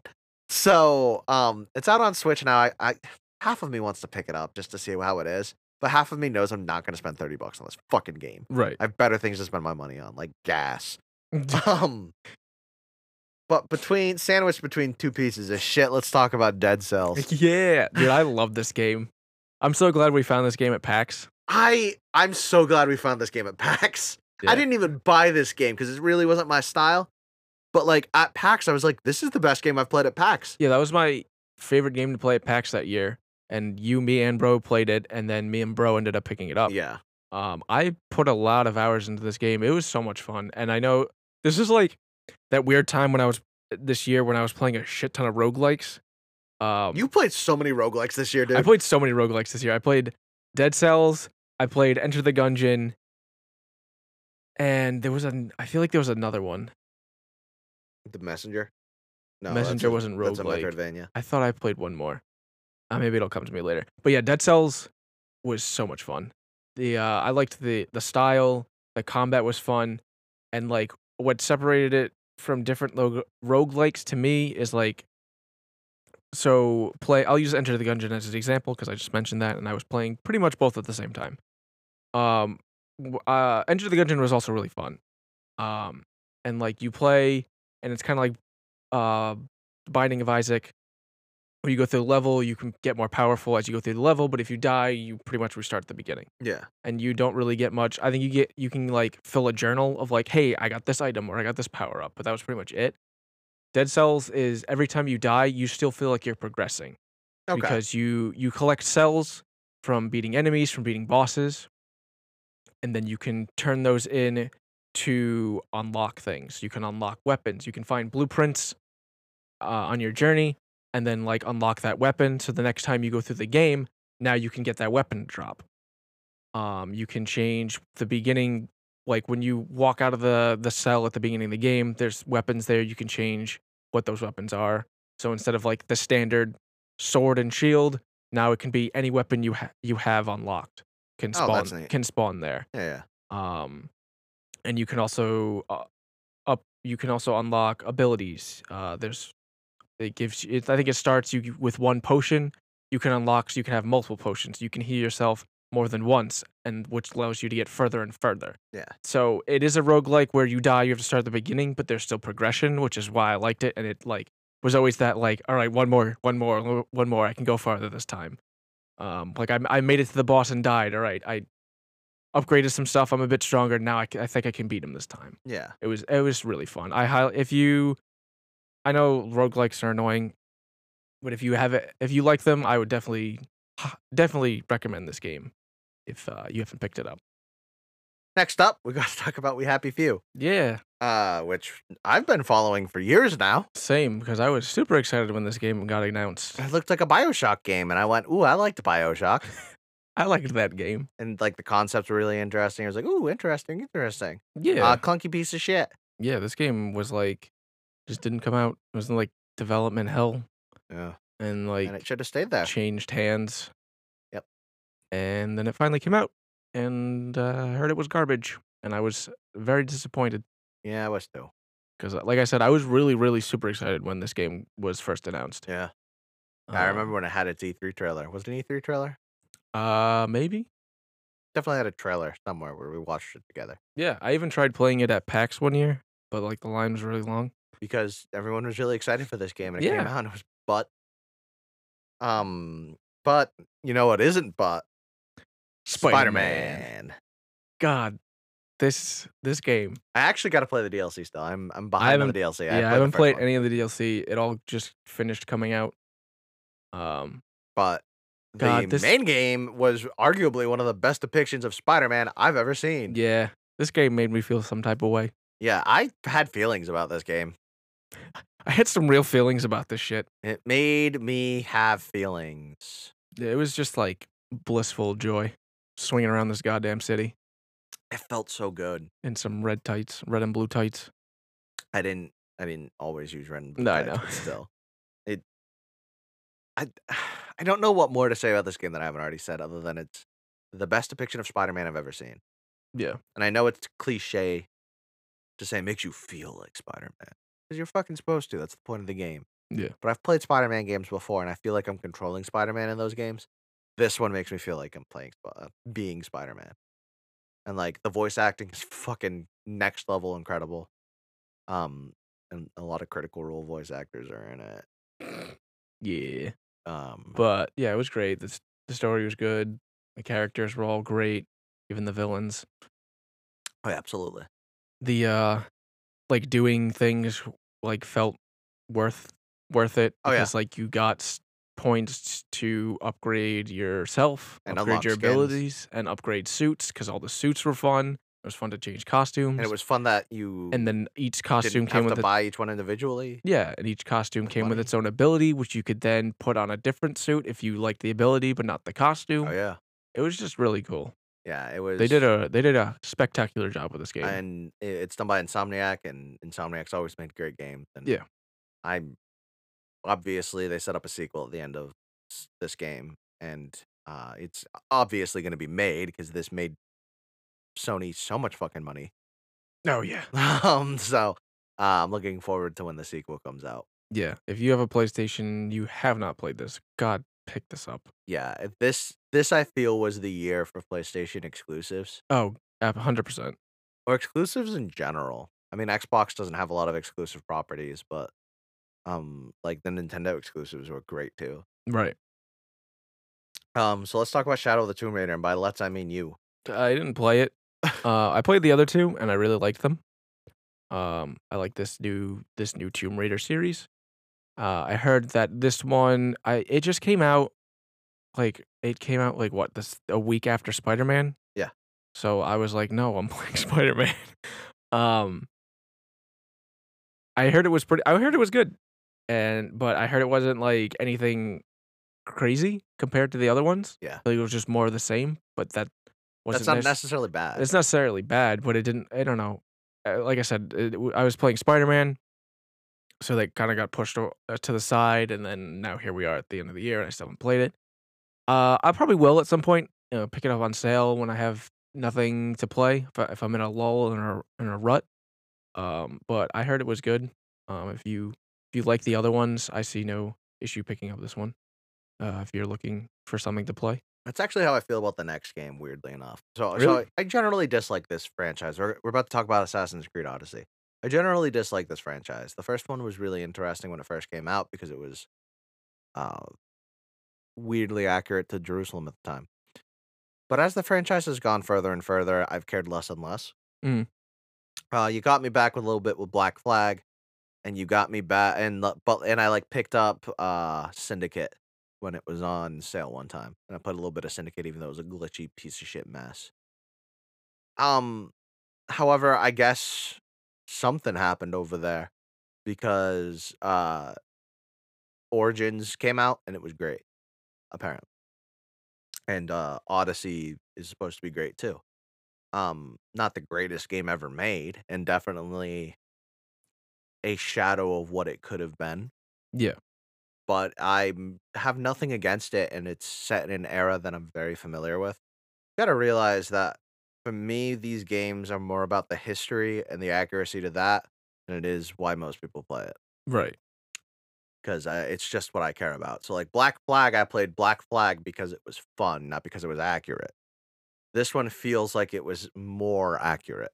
A: So um it's out on Switch now. I, I half of me wants to pick it up just to see how it is. But half of me knows I'm not gonna spend 30 bucks on this fucking game.
B: Right.
A: I have better things to spend my money on, like gas. Um, but between sandwiched between two pieces of shit, let's talk about Dead Cells.
B: yeah, dude, I love this game. I'm so glad we found this game at PAX.
A: I I'm so glad we found this game at PAX.
B: Yeah.
A: I didn't even buy this game because it really wasn't my style. But like at PAX, I was like, this is the best game I've played at PAX.
B: Yeah, that was my favorite game to play at PAX that year. And you, me, and Bro played it, and then me and Bro ended up picking it up.
A: Yeah.
B: Um, I put a lot of hours into this game. It was so much fun, and I know this is like that weird time when I was uh, this year when I was playing a shit ton of roguelikes. Um,
A: You played so many roguelikes this year, dude.
B: I played so many roguelikes this year. I played Dead Cells. I played Enter the Gungeon. And there was an I feel like there was another one.
A: the Messenger. No,
B: Messenger wasn't
A: rogue. That's a
B: roguelike.
A: Metroidvania.
B: I thought I played one more. Uh, maybe it'll come to me later. But yeah, Dead Cells was so much fun. The uh, I liked the the style. The combat was fun, and like what separated it from different log- roguelikes to me is like. So play. I'll use Enter the Gungeon as an example because I just mentioned that, and I was playing pretty much both at the same time. Um, w- uh, Enter the Gungeon was also really fun. Um, and like you play, and it's kind of like, uh, Binding of Isaac, where you go through the level, you can get more powerful as you go through the level, but if you die, you pretty much restart at the beginning.
A: Yeah.
B: And you don't really get much. I think you get you can like fill a journal of like, hey, I got this item or I got this power up, but that was pretty much it. Dead Cells is every time you die, you still feel like you're progressing
A: Okay.
B: because you you collect cells from beating enemies, from beating bosses, and then you can turn those in to unlock things. You can unlock weapons. You can find blueprints uh, on your journey, and then like unlock that weapon. So the next time you go through the game, now you can get that weapon drop. Um, you can change the beginning, like when you walk out of the the cell at the beginning of the game. There's weapons there. You can change what those weapons are. So instead of like the standard sword and shield. Now it can be any weapon you ha- you have unlocked can
A: Oh,
B: spawn
A: that's neat.
B: can spawn there.
A: yeah. Yeah.
B: Um, and you can also uh, up you can also unlock abilities. Uh, there's it gives you- it, I think it starts you with one potion. You can unlock so you can have multiple potions. You can heal yourself more than once, and which allows you to get further and further.
A: Yeah.
B: So it is a roguelike where you die, you have to start at the beginning, but there's still progression, which is why I liked it. And it like was always that like, all right, one more, one more, one more. I can go farther this time. Um, like I, I made it to the boss and died. All right, I upgraded some stuff. I'm a bit stronger now. I, c- I think I can beat him this time.
A: Yeah.
B: It was it was really fun. I highly if you, I know roguelikes are annoying, but if you have it, if you like them, I would definitely definitely recommend this game if uh, you haven't picked it up.
A: Next up, we got to talk about We Happy Few,
B: Yeah,
A: uh, which I've been following for years now.
B: same because I was super excited when this game got announced.
A: It looked like a Bioshock game, and I went, "Ooh, I liked Bioshock."
B: I liked that game.
A: and like the concepts were really interesting. I was like, "Ooh, interesting, interesting."
B: Yeah,
A: Uh, clunky piece of shit.
B: yeah, this game was like just didn't come out. It was in like development hell
A: Yeah,
B: and like
A: and it should have stayed there.
B: changed hands.
A: Yep.
B: And then it finally came out, and uh, I heard it was garbage, and I was very disappointed
A: Yeah, I was too.
B: because, like I said, I was really, really super excited when this game was first announced.
A: Yeah, I remember
B: Um,
A: when it had its E3 trailer. Was it an E3 trailer?
B: Uh, maybe.
A: Definitely had a trailer somewhere where we watched it together
B: Yeah, I even tried playing it at PAX one year, but like the line was really long.
A: because everyone was really excited for this game, and it came
B: Yeah.
A: out. And it was but, um, but you know what isn't but Spider-Man.
B: God, this this game.
A: I actually got to play the DLC still. I'm I'm
B: I
A: behind on
B: haven't-
A: the DLC.
B: Yeah, I
A: the
B: haven't
A: first
B: played
A: one.
B: any of the DLC. It all just finished coming out. Um,
A: but the
B: God, this-
A: main game was arguably one of the best depictions of Spider-Man I've ever seen. Yeah.
B: yeah, this game made me feel some type of way.
A: I had feelings about this game.
B: I had some real feelings about this shit.
A: It made me have feelings.
B: It was just like blissful joy, swinging around this goddamn city
A: It felt so good.
B: in some red tights, red and blue tights.
A: I didn't. I didn't always use red and blue
B: No, I
A: tags,
B: know.
A: but Still, it. I. I don't know what more to say about this game that I haven't already said, other than it's the best depiction of Spider-Man I've ever seen.
B: Yeah.
A: And I know it's cliche to say it makes you feel like Spider-Man because you're fucking supposed to. That's the point of the game.
B: Yeah.
A: But I've played Spider-Man games before, and I feel like I'm controlling Spider-Man in those games. This one makes me feel like I'm playing, Sp- uh, being Spider-Man, and like the voice acting is fucking next level, incredible. Um, and a lot of Critical Role voice actors are in it.
B: Yeah.
A: Um,
B: But yeah, it was great. The, s- the story was good. The characters were all great, even the villains.
A: oh, yeah, absolutely.
B: The uh like doing things like felt worth worth it
A: Oh, yeah.
B: because like you got s- points to upgrade yourself,
A: And
B: upgrade
A: unlock
B: your
A: skins.
B: abilities and upgrade suits cuz all the suits were fun. It was fun to change costumes.
A: And it was fun that you
B: and then each
A: didn't
B: costume
A: have
B: came
A: to
B: with a
A: buy each one individually.
B: Yeah, and each costume came with
A: funny.
B: its own ability, which you could then put on a different suit if you liked the ability but not the costume.
A: Oh yeah,
B: It was just really cool.
A: yeah. It was.
B: They did a they did a spectacular job with this game.
A: and i- it's done by Insomniac, and Insomniac's always made great games. And
B: Yeah.
A: I'm obviously they set up a sequel at the end of s- this game, and uh, it's obviously going to be made because this made Sony so much fucking money.
B: oh yeah,
A: um, so uh, I'm looking forward to when the sequel comes out.
B: yeah. If you have a PlayStation, you have not played this. God, pick this up.
A: Yeah, if this this I feel was the year for PlayStation exclusives
B: Oh, hundred percent.
A: or exclusives in general. I mean, Xbox doesn't have a lot of exclusive properties, but um, like the Nintendo exclusives were great too.
B: Right.
A: Um, so let's talk about Shadow of the Tomb Raider, and by let's I mean you.
B: I didn't play it. Uh, I played the other two, and I really liked them. Um, I like this new this new Tomb Raider series. Uh, I heard that this one, I it just came out, like it came out like what this a week after Spider Man.
A: Yeah.
B: So I was like, no, I'm playing Spider Man. um, I heard it was pretty. I heard it was good, and but I heard it wasn't like anything crazy compared to the other ones.
A: Yeah.
B: like, it was just more of the same. But that wasn't
A: That's not
B: necess-
A: necessarily bad.
B: it's not necessarily bad, but it didn't. I don't know. Uh, Like I said, it, w- I was playing Spider Man, so that kind of got pushed o- uh, to the side, and then now here we are at the end of the year, and I still haven't played it. Uh, I probably will at some point. You know, pick it up on sale when I have nothing to play. If, I, if I'm in a lull and a in a rut, um, but I heard it was good. Um, if you if you like the other ones, I see no issue picking up this one. Uh, if you're looking for something to play,
A: That's actually how I feel about the next game, weirdly enough. So, so
B: Really?
A: I, I generally dislike this franchise. We're, we're about to talk about Assassin's Creed Odyssey. I generally dislike this franchise. The first one was really interesting when it first came out because it was uh, weirdly accurate to Jerusalem at the time. But as the franchise has gone further and further, I've cared less and less.
B: Mm.
A: Uh, you got me back with a little bit with Black Flag, and you got me back and the- but and I like picked up uh, Syndicate when it was on sale one time, and I played a little bit of Syndicate, even though it was a glitchy piece of shit mess. Um, however, I guess something happened over there because uh, Origins came out and it was great, apparently, and uh, Odyssey is supposed to be great too. Um, not the greatest game ever made, and definitely a shadow of what it could have been
B: yeah,
A: but I have nothing against it, and it's set in an era that I'm very familiar with. You gotta realize that for me, these games are more about the history and the accuracy to that than it is why most people play it,
B: right,
A: because uh, it's just what I care about. So, like Black Flag, I played Black Flag because it was fun, not because it was accurate. This one feels like it was more accurate.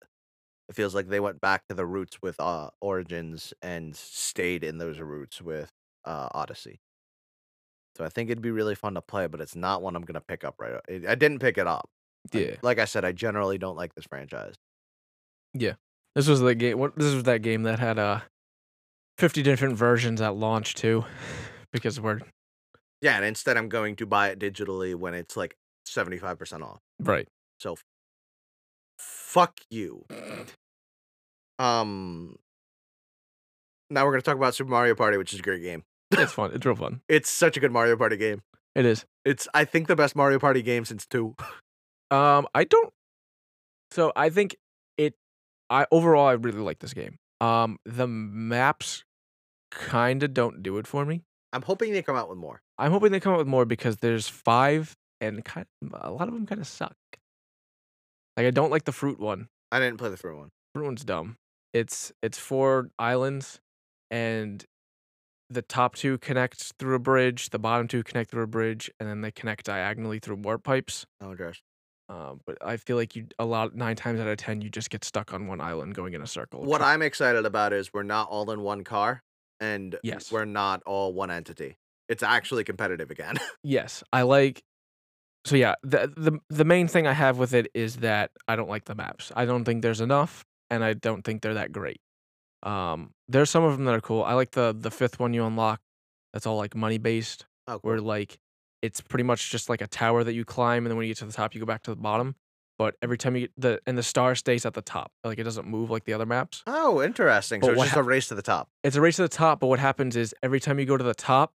A: It feels like they went back to the roots with uh, Origins and stayed in those roots with uh, Odyssey. So I think it'd be really fun to play, but it's not one I'm gonna pick up right. It, I didn't pick it up. I-
B: yeah.
A: like I said, I generally don't like this franchise.
B: This was the game. What this was that game that had uh, fifty different versions at launch too, because we're
A: Yeah, and instead I'm going to buy it digitally when it's like 75% off.
B: right.
A: So f- fuck you. Um now we're gonna talk about Super Mario Party, which is a great game.
B: It's fun. It's real fun.
A: It's such a good Mario Party game.
B: It is.
A: It's I think the best Mario Party game since two.
B: Um, I don't. So I think it. I overall I really like this game. Um, the maps kind of don't do it for me.
A: I'm hoping they come out with more.
B: I'm hoping they come up with more because there's five, and kind a lot of them kind of suck. Like I don't like the fruit one.
A: I didn't play the fruit one.
B: Fruit one's dumb. It's it's four islands, and the top two connect through a bridge. The bottom two connect through a bridge, and then they connect diagonally through warp pipes.
A: Oh, gosh.
B: Um, but I feel like you a lot nine times out of ten you just get stuck on one island going in a circle.
A: What I'm excited about is we're not all in one car, and
B: Yes.
A: we're not all one entity. It's actually competitive again.
B: Yes, I like. So yeah, the the the main thing I have with it is that I don't like the maps. I don't think there's enough, and I don't think they're that great. Um, there's some of them that are cool. I like the the fifth one you unlock. That's all like money based,
A: oh, cool.
B: where like it's pretty much just like a tower that you climb, and then when you get to the top, you go back to the bottom. But every time you get the and the star stays at the top, like it doesn't move like the other maps.
A: Oh, interesting.
B: But
A: So it's
B: what
A: just a race to the top.
B: It's a race to the top, but what happens is every time you go to the top,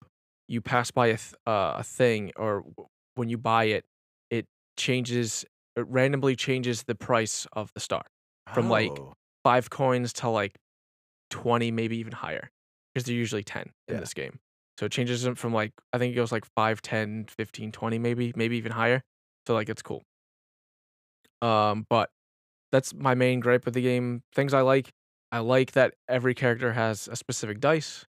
B: you pass by a th- uh, a thing, or w- when you buy it, it changes it randomly changes the price of the star From, like,
A: Oh,
B: five coins to like twenty, maybe even higher, because they're usually ten in
A: Yeah.
B: this game. So it changes them from like I think it goes like 5, 10, 15, 20 maybe, maybe even higher. So like it's cool. Um, but that's my main gripe with the game. Things I like, I like that every character has a specific dice.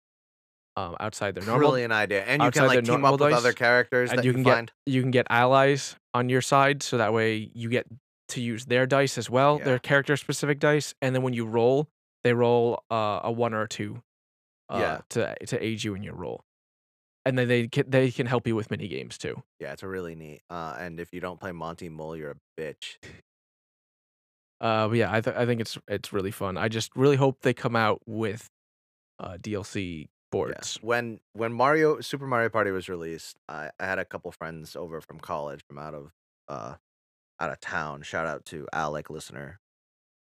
B: Um, outside their normal
A: brilliant idea. And you
B: outside
A: can like
B: their
A: team
B: normal
A: up with other
B: dice,
A: characters
B: and
A: that
B: you
A: you,
B: can get-
A: find.
B: you can get allies on your side so that way you get to use their dice as well
A: Yeah.
B: their character specific dice and then when you roll they roll uh, a one or a two uh,
A: Yeah.
B: to to aid you in your roll and then they can, they can help you with mini games too
A: Yeah, it's a really neat. Uh, and if you don't play Monty Mole, you're a bitch.
B: uh but yeah i th- i think it's it's really fun i just really hope they come out with uh dlc
A: Yeah.
B: boards
A: When when Mario Super Mario Party was released, I, I had a couple friends over from college from out of uh out of town. Shout out to Alec listener.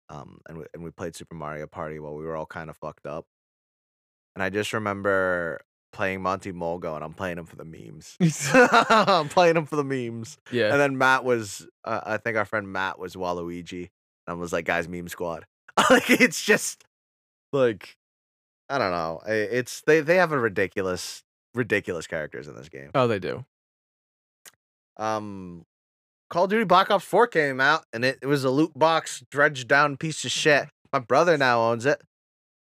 A: Um and we and we played Super Mario Party while we were all kind of fucked up. And I just remember playing Monty Mole going, I'm playing him for the memes. I'm playing him for the memes.
B: yeah
A: And then Matt was, uh, I think our friend Matt was Waluigi. And I was like, guys, meme squad. like, it's just like, I don't know. I- It's they they have a ridiculous, ridiculous characters in this game.
B: oh they do
A: Um, Call of Duty Black Ops 4 came out, and it, it was a loot box dredged down piece of shit. My brother now owns it.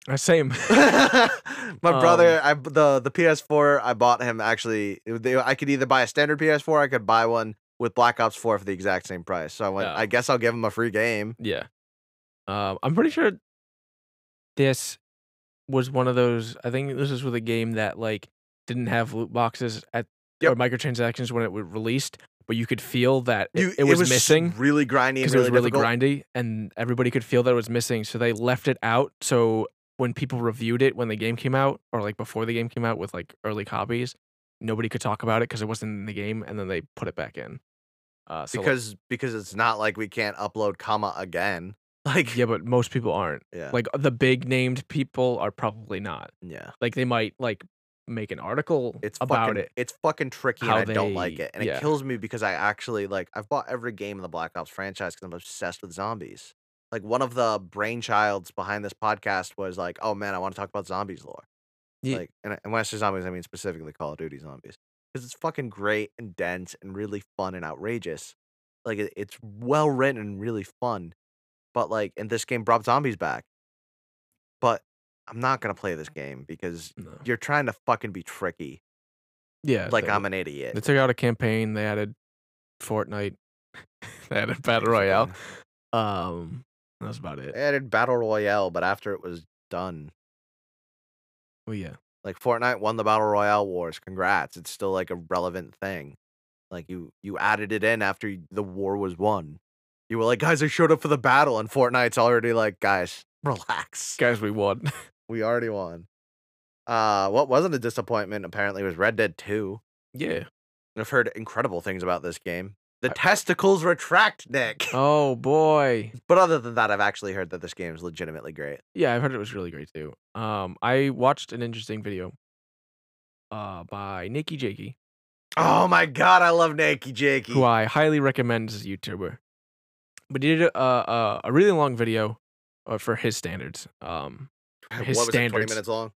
B: Uh, same
A: My
B: Um,
A: brother, I b- the the PS4 I bought him actually. it- They, I could either buy a standard PS4, or I could buy one with Black Ops 4 for the exact same price. So I went.
B: Oh.
A: I guess I'll give him a free game.
B: Yeah. Um, I'm pretty sure this was one of those. I think this was with a game that like didn't have loot boxes at
A: Yep.
B: or microtransactions when it was released, but you could feel that it-
A: You-
B: it, was,
A: s-
B: missing
A: Really grindy.
B: because
A: Because really
B: it was really
A: difficult.
B: grindy, and everybody could feel that it was missing. So they left it out. So when people reviewed it when the game came out, or like before the game came out with like early copies, nobody could talk about it because it wasn't in the game, and then they put it back in. Uh, so like-
A: Because because it's not like we can't upload comma again. Like
B: yeah, but most people aren't.
A: yeah
B: like the big named people are probably not
A: yeah.
B: like they might like make an article
A: It's
B: about
A: fucking,
B: it
A: It's fucking tricky,
B: how
A: and I don't like
B: they-
A: it, and
B: yeah.
A: it kills me because I actually like. I've bought every game in the Black Ops franchise because I'm obsessed with zombies. Like one of the brainchilds behind this podcast was like, "Oh man, I want to talk about zombies lore."
B: Ye-
A: Like, and, I- and when I say zombies, I mean specifically Call of Duty zombies because it's fucking great and dense and really fun and outrageous. Like it, it's well written and really fun, but like, and this game brought zombies back. But I'm not gonna play this game because
B: no.
A: you're trying to fucking be tricky
B: yeah
A: like
B: they,
A: I'm an
B: they
A: idiot.
B: took out a campaign they added fortnite they added battle royale um that was about
A: They
B: it
A: added battle royale, but after it was done,
B: well yeah
A: like Fortnite won the battle royale wars. Congrats! It's still like a relevant thing. Like you, you added it in after y- the war was won. You were like, guys, I showed up for the battle, and Fortnite's already like, guys, relax.
B: guys we won
A: We already won. Uh, what wasn't a disappointment apparently was Red Dead Two.
B: yeah
A: I've heard incredible things about this game. The
B: I-
A: testicles retract, Nick.
B: oh boy
A: But other than that, I've actually heard that this game is legitimately great.
B: yeah i've heard it was really great too um i watched an interesting video uh by nikki jakey
A: Oh my god, I love Nakey Jakey.
B: who uh, I highly recommend as a YouTuber. But he did a, a, a really long video uh, for his standards. Um,
A: What
B: his
A: was it, 20
B: standards.
A: minutes long?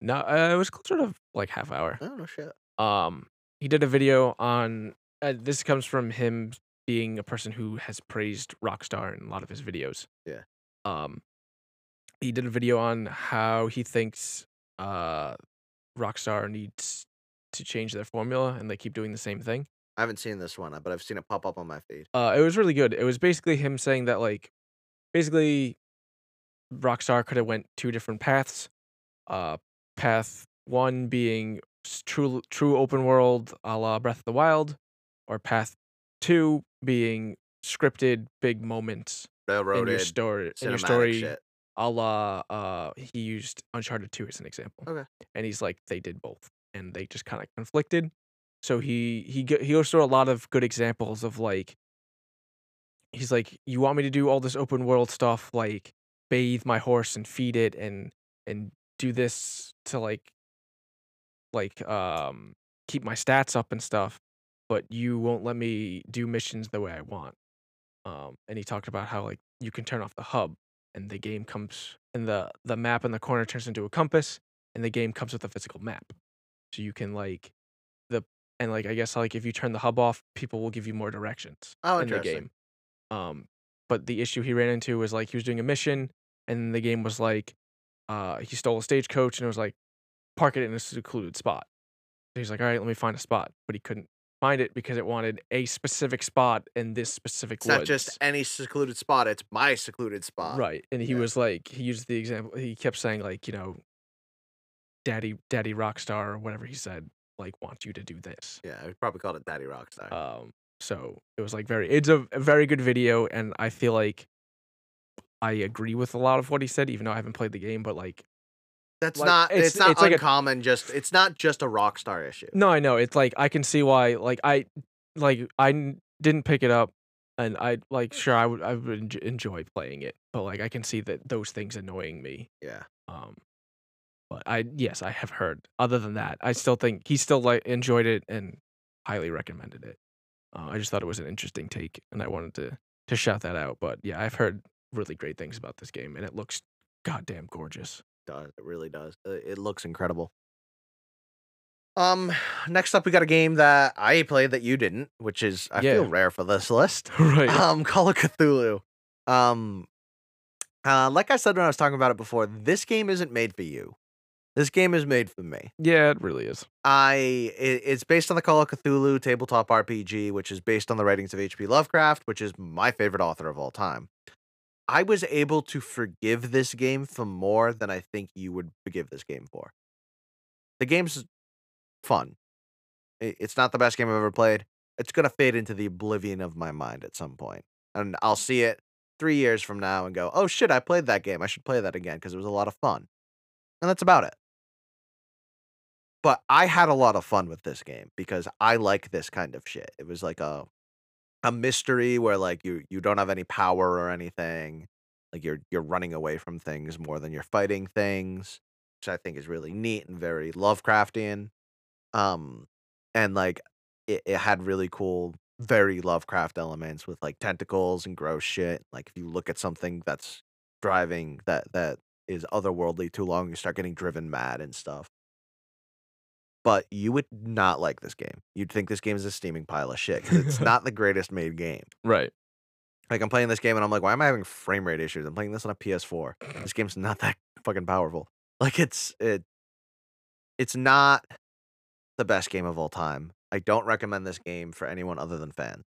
B: No, uh, it was closer to like half hour.
A: Oh no shit.
B: Um, he did a video on. Uh, this comes from him being a person who has praised Rockstar in a lot of his videos.
A: Yeah.
B: Um, he did a video on how he thinks uh, Rockstar needs to change their formula, and they keep doing the same thing.
A: I haven't seen this one, uh, but I've seen it pop up on my feed.
B: Uh, it was really good. It was basically him saying that like, basically, Rockstar could have went two different paths. Uh, path one being s- true true open world, a la Breath of the Wild, or path two being scripted big moments in your
A: Railroaded
B: story. In your
A: cinematic
B: story,
A: shit.
B: a la uh, he used Uncharted Two as an example.
A: Okay.
B: and he's like they did both, and they just kind of conflicted. So he he go- he goes through a lot of good examples of like he's like you want me to do all this open world stuff like bathe my horse and feed it and and do this to like like um keep my stats up and stuff but you won't let me do missions the way I want um and he talked about how like you can turn off the hub and the game comes and the the map in the corner turns into a compass and the game comes with a physical map so you can like the and like i guess like if you turn the hub off people will give you more directions
A: Oh,
B: in the
A: interesting.
B: game um but the issue he ran into was like he was doing a mission and the game was like uh he stole a stagecoach and it was like park it in a secluded spot so he's like all right let me find a spot but he couldn't find it because it wanted a specific spot in this specific
A: It's
B: woods
A: not just any secluded spot; it's my secluded spot.
B: Right. And he
A: Yeah.
B: was like, he used the example, he kept saying, like, you know, Daddy, Daddy Rockstar or whatever he said, like, wants you to do this.
A: Yeah, I would probably call it Daddy Rockstar.
B: Um, so it was like very, it's a, a very good video. And I feel like I agree with a lot of what he said, even though I haven't played the game, but like,
A: That's
B: like,
A: not. It's,
B: it's-
A: not
B: it's like a-
A: uncommon. just it's not just a Rockstar issue.
B: no, I know. It's like, I can see why, like, I, like, I n- didn't pick it up. And I like sure I would I would enj- enjoy playing it, but like I can see that those things annoying me.
A: Yeah.
B: Um, but I yes, I have heard. Other than that, I still think he still like enjoyed it and highly recommended it. Uh, I just thought it was an interesting take, and I wanted to to shout that out. But yeah, I've heard really great things about this game, and it looks goddamn gorgeous.
A: does. It really does. Uh, It looks incredible. Um, next up, we got a game that I played that you didn't, which is I feel
B: Yeah.
A: rare for this list.
B: right?
A: Um, Call of Cthulhu. Um, uh, like I said when I was talking about it before, this game isn't made for you. This game is made for me.
B: yeah, it really is.
A: I it, it's based on the Call of Cthulhu tabletop RPG, which is based on the writings of H.P. Lovecraft, which is my favorite author of all time. I was able to forgive this game for more than I think you would forgive this game for. The game's fun. I- it's not the best game I've ever played. It's gonna fade into the oblivion of my mind at some point, and I'll see it three years from now and go, "Oh shit, I played that game. I should play that again because it was a lot of fun." And that's about it but I had a lot of fun with this game because I like this kind of shit. It was like a a mystery where like you you don't have any power or anything. Like you're you're running away from things more than you're fighting things, which I think is really neat and very Lovecraftian. Um and like it, it had really cool very Lovecraft elements with like tentacles and gross shit. Like if you look at something that's driving that that is otherworldly too long, you start getting driven mad and stuff but you would not like this game. You'd think this game is a steaming pile of shit 'cause it's not the greatest made game.
B: Right.
A: Like I'm playing this game and I'm like, why am I having frame rate issues? I'm playing this on a PS4. This game's not that fucking powerful. Like it's it, it's not the best game of all time. I don't recommend this game for anyone other than fans.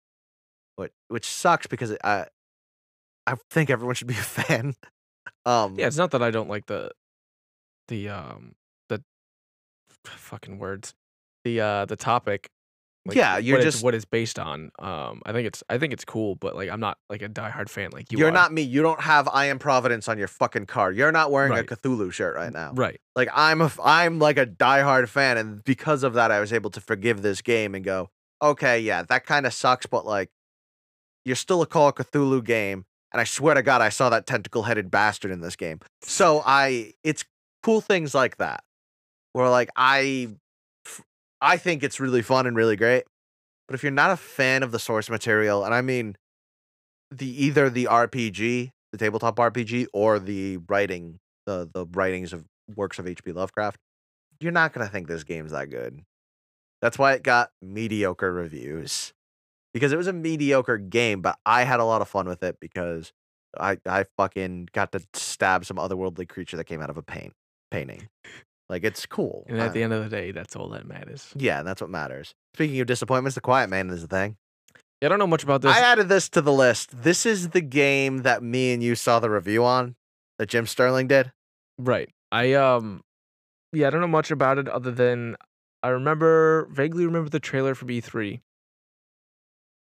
A: But which sucks because it, I, I think everyone should be a fan. Um,
B: Yeah, it's not that I don't like the the um the fucking words the uh the topic.
A: Yeah, you're
B: what it's-
A: just-
B: what it's based on. Um, I think it's I think it's cool, but like I'm not like a diehard fan like you
A: you're
B: are.
A: not me. You don't have I am Providence on your fucking car. You're not wearing
B: Right.
A: a Cthulhu shirt right now.
B: right.
A: Like I'm a f- I'm like a diehard fan, and because of that, I was able to forgive this game and go, okay, yeah, that kind of sucks, but like, you're still a Call of Cthulhu game, and I swear to God, I saw that tentacle headed bastard in this game. So I, it's cool things like that, where like I, f- I think it's really fun and really great, but if you're not a fan of the source material, and I mean, the either the RPG, the tabletop RPG, or the writing, the the writings of works of H.P. Lovecraft. you're not gonna think this game's that good. That's why it got mediocre reviews. Because it was a mediocre game, but I had a lot of fun with it because I I fucking got to stab some otherworldly creature that came out of a paint painting. Like it's cool.
B: And at
A: I-
B: the end of the day, that's all that matters.
A: yeah, that's what matters. Speaking of disappointments, the Quiet Man is the thing.
B: Yeah, I don't know much about this.
A: I added this to the list. This is the game that me and you saw the review on that Jim Sterling did.
B: right. I um, yeah, I don't know much about it other than I remember vaguely remember the trailer from E3,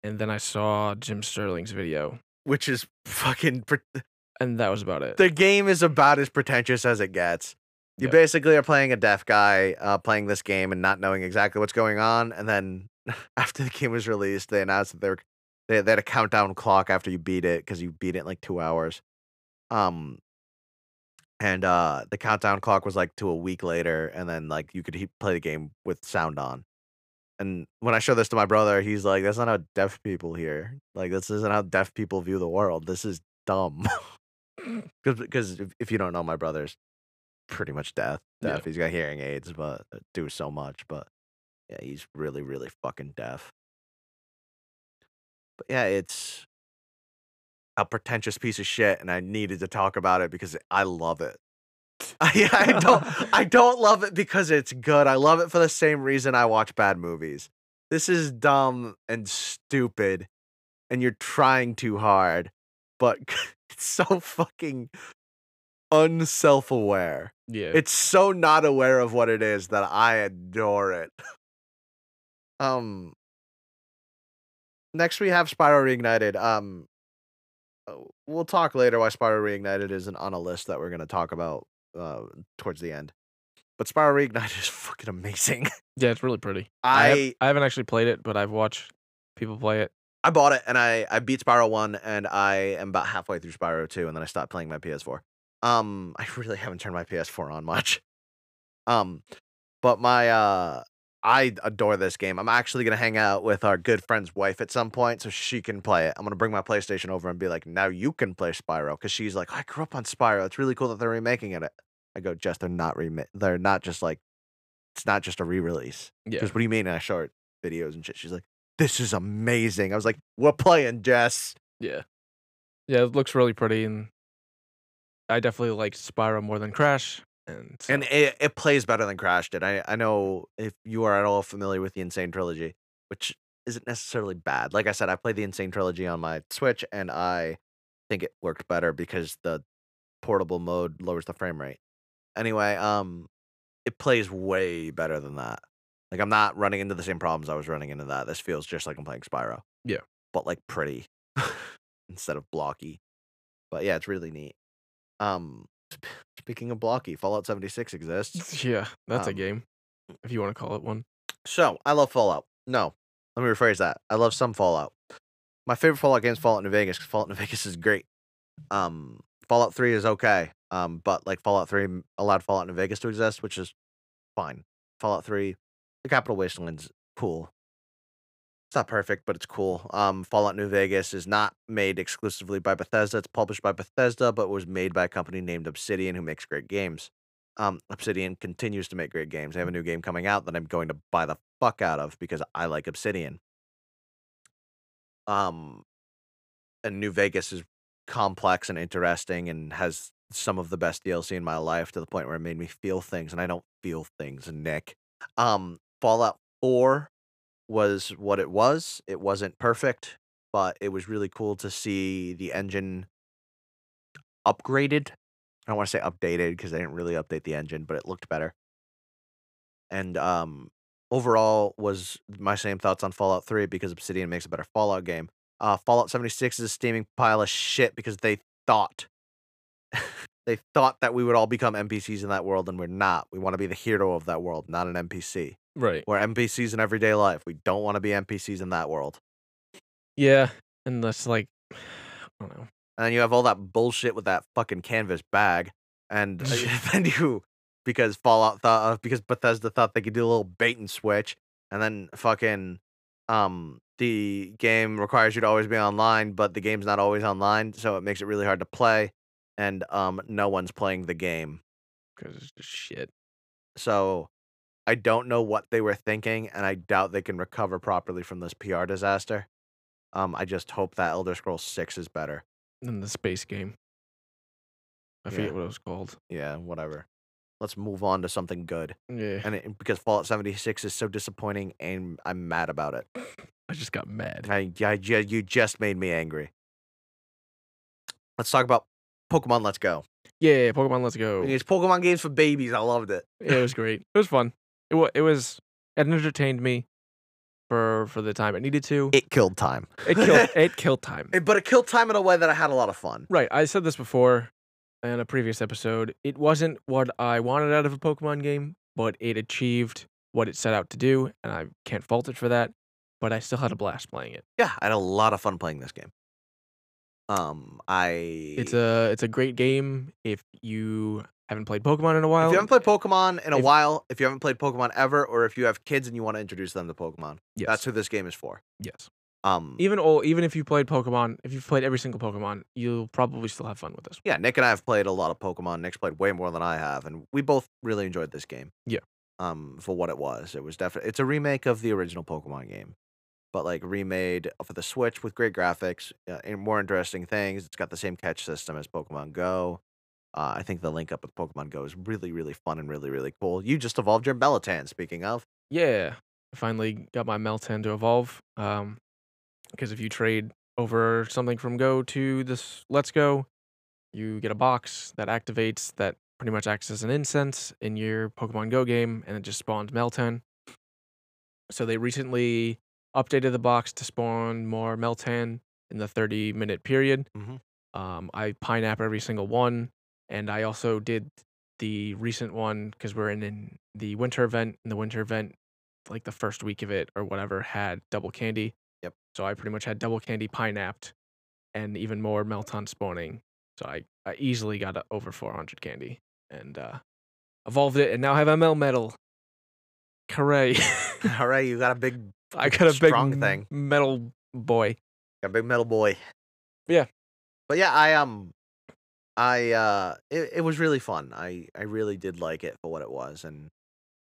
B: and then I saw Jim Sterling's video,
A: which is fucking pre-
B: and that was about it.
A: the game is about as pretentious as it gets. You
B: Yep.
A: basically are playing a deaf guy uh, playing this game and not knowing exactly what's going on, and then after the game was released, they announced that they were they, they had a countdown clock after you beat it because you beat it in like two hours, um, and uh, the countdown clock was like to a week later, and then like you could he- play the game with sound on. And when I show this to my brother, he's like, "That's not how deaf people hear. Like this isn't how deaf people view the world. This is dumb." because if, if you don't know my brother's pretty much deaf
B: Yeah.
A: deaf he's got hearing aids but uh, do so much but yeah he's really really fucking deaf but yeah it's a pretentious piece of shit and i needed to talk about it because i love it I, I don't i don't love it because it's good i love it for the same reason i watch bad movies this is dumb and stupid and you're trying too hard but it's so fucking unself-aware
B: yeah,
A: it's so not aware of what it is that i adore it um next we have spiral reignited um uh, we'll talk later why spiral reignited isn't on a list that we're going to talk about uh towards the end but spiral reignited is fucking amazing
B: yeah, it's really pretty. have-
A: i
B: I haven't actually played it, but I've watched people play it.
A: I bought it and I I beat Spyro one and I am about halfway through Spyro two and then I stopped playing my PS4. Um, I really haven't turned my PS4 on much. Um, but my uh, I adore this game. I'm actually gonna hang out with our good friend's wife at some point so she can play it. I'm gonna bring my PlayStation over and be like, now you can play Spyro because she's like, I grew up on Spyro. It's really cool that they're remaking it. I go, Jess, they're not remi- They're not just like, it's not just a re-release.
B: Yeah,
A: Because what do you mean? And I show her videos and shit. She's like, this is amazing. I was like, we're playing, Jess.
B: yeah, yeah. It looks really pretty, and I definitely liked Spyro more than Crash. And, so-
A: And it, it plays better than Crash did. I, I know if you are at all familiar with the Insane Trilogy, which isn't necessarily bad. Like I said, I played the Insane Trilogy on my Switch and I think it worked better because the portable mode lowers the frame rate. Anyway, um, it plays way better than that. Like I'm not running into the same problems I was running into that. This feels just like I'm playing Spyro.
B: Yeah.
A: But like pretty instead of blocky. But yeah, it's really neat. Um sp- speaking of blocky, Fallout 76 exists.
B: yeah, that's a
A: Um,
B: game, if you want to call it one.
A: So I love Fallout. No, let me rephrase that. I love some Fallout. My favorite Fallout game is Fallout New Vegas 'cause Fallout New Vegas is great. Um, Fallout Three is okay, um, but like Fallout Three m- allowed Fallout New Vegas to exist, which is fine. Fallout Three, the Capital Wasteland's cool. It's not perfect, but it's cool. Um, Fallout New Vegas is not made exclusively by Bethesda. It's published by Bethesda, but was made by a company named Obsidian, who makes great games um, Obsidian continues to make great games. They have a new game coming out that I'm going to buy the fuck out of because I like Obsidian. Um, and New Vegas is complex and interesting and has some of the best DLC in my life to the point where it made me feel things, and I don't feel things, Nick. Um, Fallout 4 was what it was. It wasn't perfect, but it was really cool to see the engine upgraded I don't want to say updated because they didn't really update the engine, but it looked better. And um, overall, was my same thoughts on Fallout 3 because Obsidian makes a better Fallout game. Uh, Fallout 76 is a steaming pile of shit because they thought they thought that we would all become NPCs in that world, and we're not. We want to be the hero of that world, not an NPC.
B: Right.
A: We're NPCs in everyday life. We don't want to be NPCs in that world.
B: Yeah, and that's like, I don't know.
A: and then you have all that bullshit with that fucking canvas bag, and uh, then you because Fallout thought uh, because Bethesda thought they could do a little bait and switch, and then fucking um the game requires you to always be online, but the game's not always online, so it makes it really hard to play, and um no one's playing the game.
B: because it's just shit.
A: So I don't know what they were thinking, and I doubt they can recover properly from this PR disaster. Um, I just hope that Elder Scrolls Six is better.
B: in the space game. I
A: Yeah.
B: forget what it was called.
A: Yeah, whatever. Let's move on to something good.
B: Yeah.
A: And it, because Fallout 76 is so disappointing, and I'm mad about it.
B: I just got mad.
A: I, I, ju- you just made me angry. Let's talk about Pokemon Let's Go.
B: Yeah, Pokemon Let's Go.
A: I mean,
B: Yeah,
A: It's Pokemon games for babies. I loved it.
B: it was great. It was fun. It was, it was it entertained me for for the time it needed to.
A: It killed time.
B: It killed it killed time.
A: It- Eh, but it killed time in a way that I had a lot of fun.
B: Right. I said this before in a previous episode. It wasn't what I wanted out of a Pokemon game, but it achieved what it set out to do, and I can't fault it for that. But I still had a blast playing it.
A: Yeah, I had a lot of fun playing this game. Um, I
B: It's a it's a great game if you haven't played Pokemon in a while.
A: if you haven't played Pokemon in a
B: if-
A: while, if you haven't played Pokemon ever, or if you have kids and you want to introduce them to Pokemon,
B: yes,
A: that's who this game is for.
B: yes.
A: Um,
B: Even old, even if you played Pokemon, if you've played every single Pokemon, you'll probably still have fun with this.
A: yeah, Nick and I have played a lot of Pokemon. Nick's played way more than I have, and we both really enjoyed this game.
B: Yeah.
A: Um, for what it was, it was definitely it's a remake of the original Pokemon game, but like remade for the Switch with great graphics uh, and more interesting things. It's got the same catch system as Pokemon Go. Uh, I think the link up with Pokemon Go is really, really fun and really, really cool. You just evolved your Belatan. Speaking of,
B: Yeah, I finally got my Meltan to evolve. Um, because if you trade over something from Go to this Let's Go, you get a box that activates that pretty much acts as an incense in your Pokemon Go game, and it just spawns Meltan. So they recently updated the box to spawn more Meltan in the 30 minute period.
A: Mhm.
B: Um, I pine app every single one, and I also did the recent one because we're in, in the winter event, and the winter event, like the first week of it or whatever, had double candy.
A: Yep.
B: So I pretty much had double candy pineapped, and even more Melton spawning. So I, I easily got uh, over 400 candy and uh, evolved it, and now I have ML metal. Hooray!
A: all right, you got a big,
B: I got a big
A: Strong
B: m-
A: thing.
B: metal boy.
A: got a big metal boy.
B: Yeah.
A: but yeah, I um, I uh, it, it was really fun. I I really did like it for what it was, and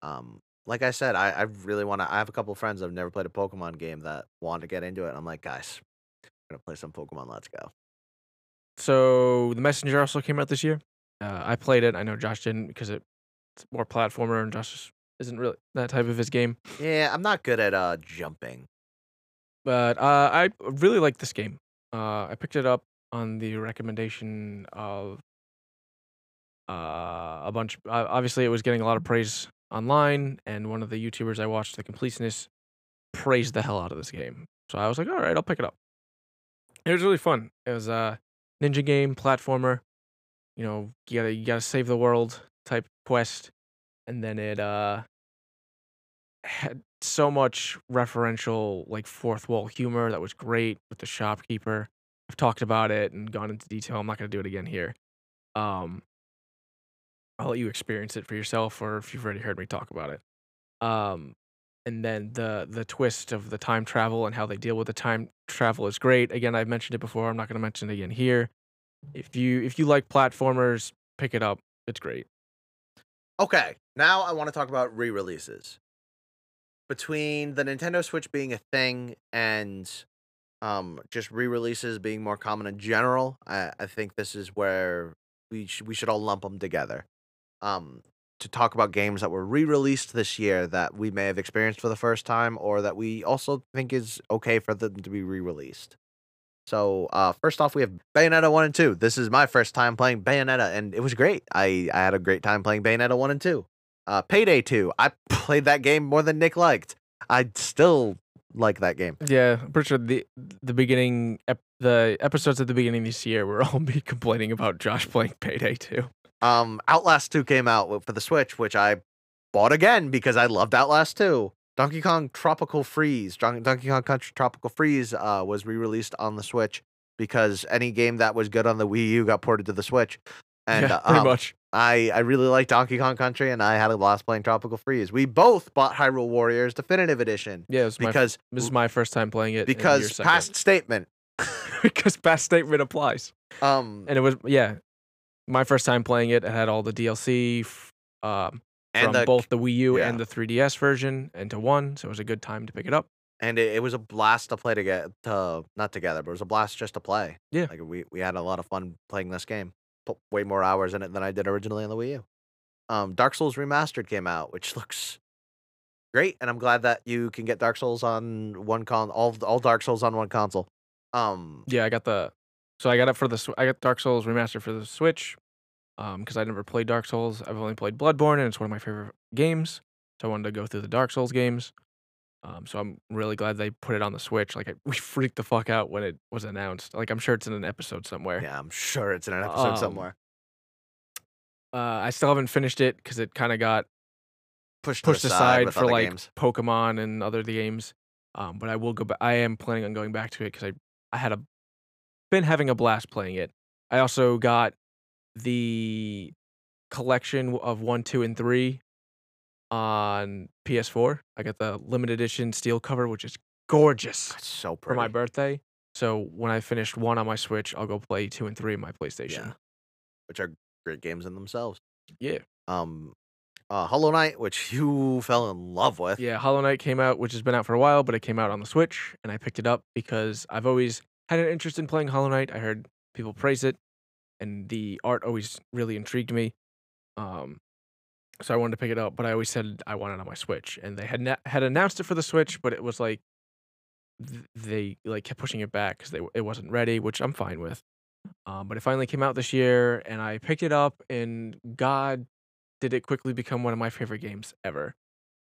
A: um, like I said, I I really want to. I have a couple of friends that've never played a Pokemon game that want to get into it. And I'm like, guys, we're gonna play some Pokemon. Let's go.
B: So the messenger also came out this year. Uh, I played it. I know Josh didn't because it, it's more platformer, and Josh isn't really that type of his game.
A: Yeah, I'm not good at uh jumping.
B: But uh, I really like this game. Uh, I picked it up on the recommendation of uh, a bunch. Uh, obviously, it was getting a lot of praise online, and one of the YouTubers I watched, the Completionist, praised the hell out of this game. So I was like, all right, I'll pick it up. It was really fun. It was a ninja game platformer. You know, you gotta you gotta save the world type quest, and then it uh had so much referential like fourth wall humor that was great with the shopkeeper. I've talked about it and gone into detail. I'm not going to do it again here. Um I'll let you experience it for yourself or if you've already heard me talk about it. Um and then the the twist of the time travel and how they deal with the time travel is great. Again, I've mentioned it before. I'm not going to mention it again here. If you if you like platformers, pick it up. It's great.
A: Okay, now I want to talk about re-releases. Between the Nintendo Switch being a thing and um, just re-releases being more common in general, I, I think this is where we sh- we should all lump them together. Um, to talk about games that were re-released this year that we may have experienced for the first time, or that we also think is okay for them to be re-released. So uh, first off, we have Bayonetta one and two. This is my first time playing Bayonetta, and it was great. I, I had a great time playing Bayonetta one and two. Uh, Payday two. I played that game more than Nick liked. I still like that game.
B: Yeah, I'm pretty sure the the beginning ep- the episodes at the beginning this year were all me complaining about Josh playing Payday 2.
A: Um, Outlast two came out wi- for the Switch, which I bought again because I loved Outlast two. Donkey Kong Tropical Freeze, Don- Donkey Kong Country Tropical Freeze, uh, was re-released on the Switch because any game that was good on the Wii U got ported to the Switch. And
B: yeah,
A: uh,
B: pretty
A: um,
B: much.
A: I, I really like Donkey Kong Country, and I had a blast playing Tropical Freeze. We both bought Hyrule Warriors Definitive Edition
B: Yeah, it was my,
A: because
B: this is my first time playing it. and your
A: because
B: second.
A: past statement.
B: because past statement applies.
A: Um,
B: And it was yeah, my first time playing it. It had all the DLC. f- Um,
A: And
B: from
A: the-
B: both the Wii U and
A: yeah.
B: the 3DS version into one, so it was a good time to pick it up.
A: and it, it was a blast to play together. To not together, but it was a blast just to play.
B: Yeah.
A: like we we had a lot of fun playing this game. Put way more hours in it than I did originally on the Wii U. Um, Dark Souls Remastered came out, which looks great, and I'm glad that you can get Dark Souls on one con all all Dark Souls on one console. Um,
B: Yeah, I got the so I got it for the Sw- I got Dark Souls remastered for the Switch um because I never played Dark Souls. I've only played Bloodborne, and it's one of my favorite games. So I wanted to go through the Dark Souls games. Um, so I'm really glad they put it on the Switch. Like I, we freaked the fuck out when it was announced. Like I'm sure it's in an episode somewhere.
A: yeah, I'm sure it's in an episode
B: Um,
A: somewhere.
B: Uh, I still haven't finished it because it kind of got
A: Pushed
B: pushed aside,
A: with
B: for
A: other
B: like
A: games.
B: Pokemon and other the games. Um, but I will go back. I am planning on going back to it because I I had a been having a blast playing it. I also got the collection of one, two, and three on PS4. I got the limited edition steel cover, which is gorgeous
A: That's so
B: for
A: pretty.
B: my birthday. So when I finish one on my Switch, I'll go play two and three on my PlayStation.
A: which are great games in themselves.
B: Yeah.
A: Um, uh, Hollow Knight, which you fell in love with.
B: Yeah, Hollow Knight came out, which has been out for a while, but it came out on the Switch, and I picked it up because I've always had an interest in playing Hollow Knight. I heard people praise it, and the art always really intrigued me. Um, so I wanted to pick it up, but I always said I want it on my Switch, and they had na- had announced it for the Switch, but it was like th- they like kept pushing it back because they w- it wasn't ready, which I'm fine with. Um, but it finally came out this year, and I picked it up, and God, did it quickly become one of my favorite games ever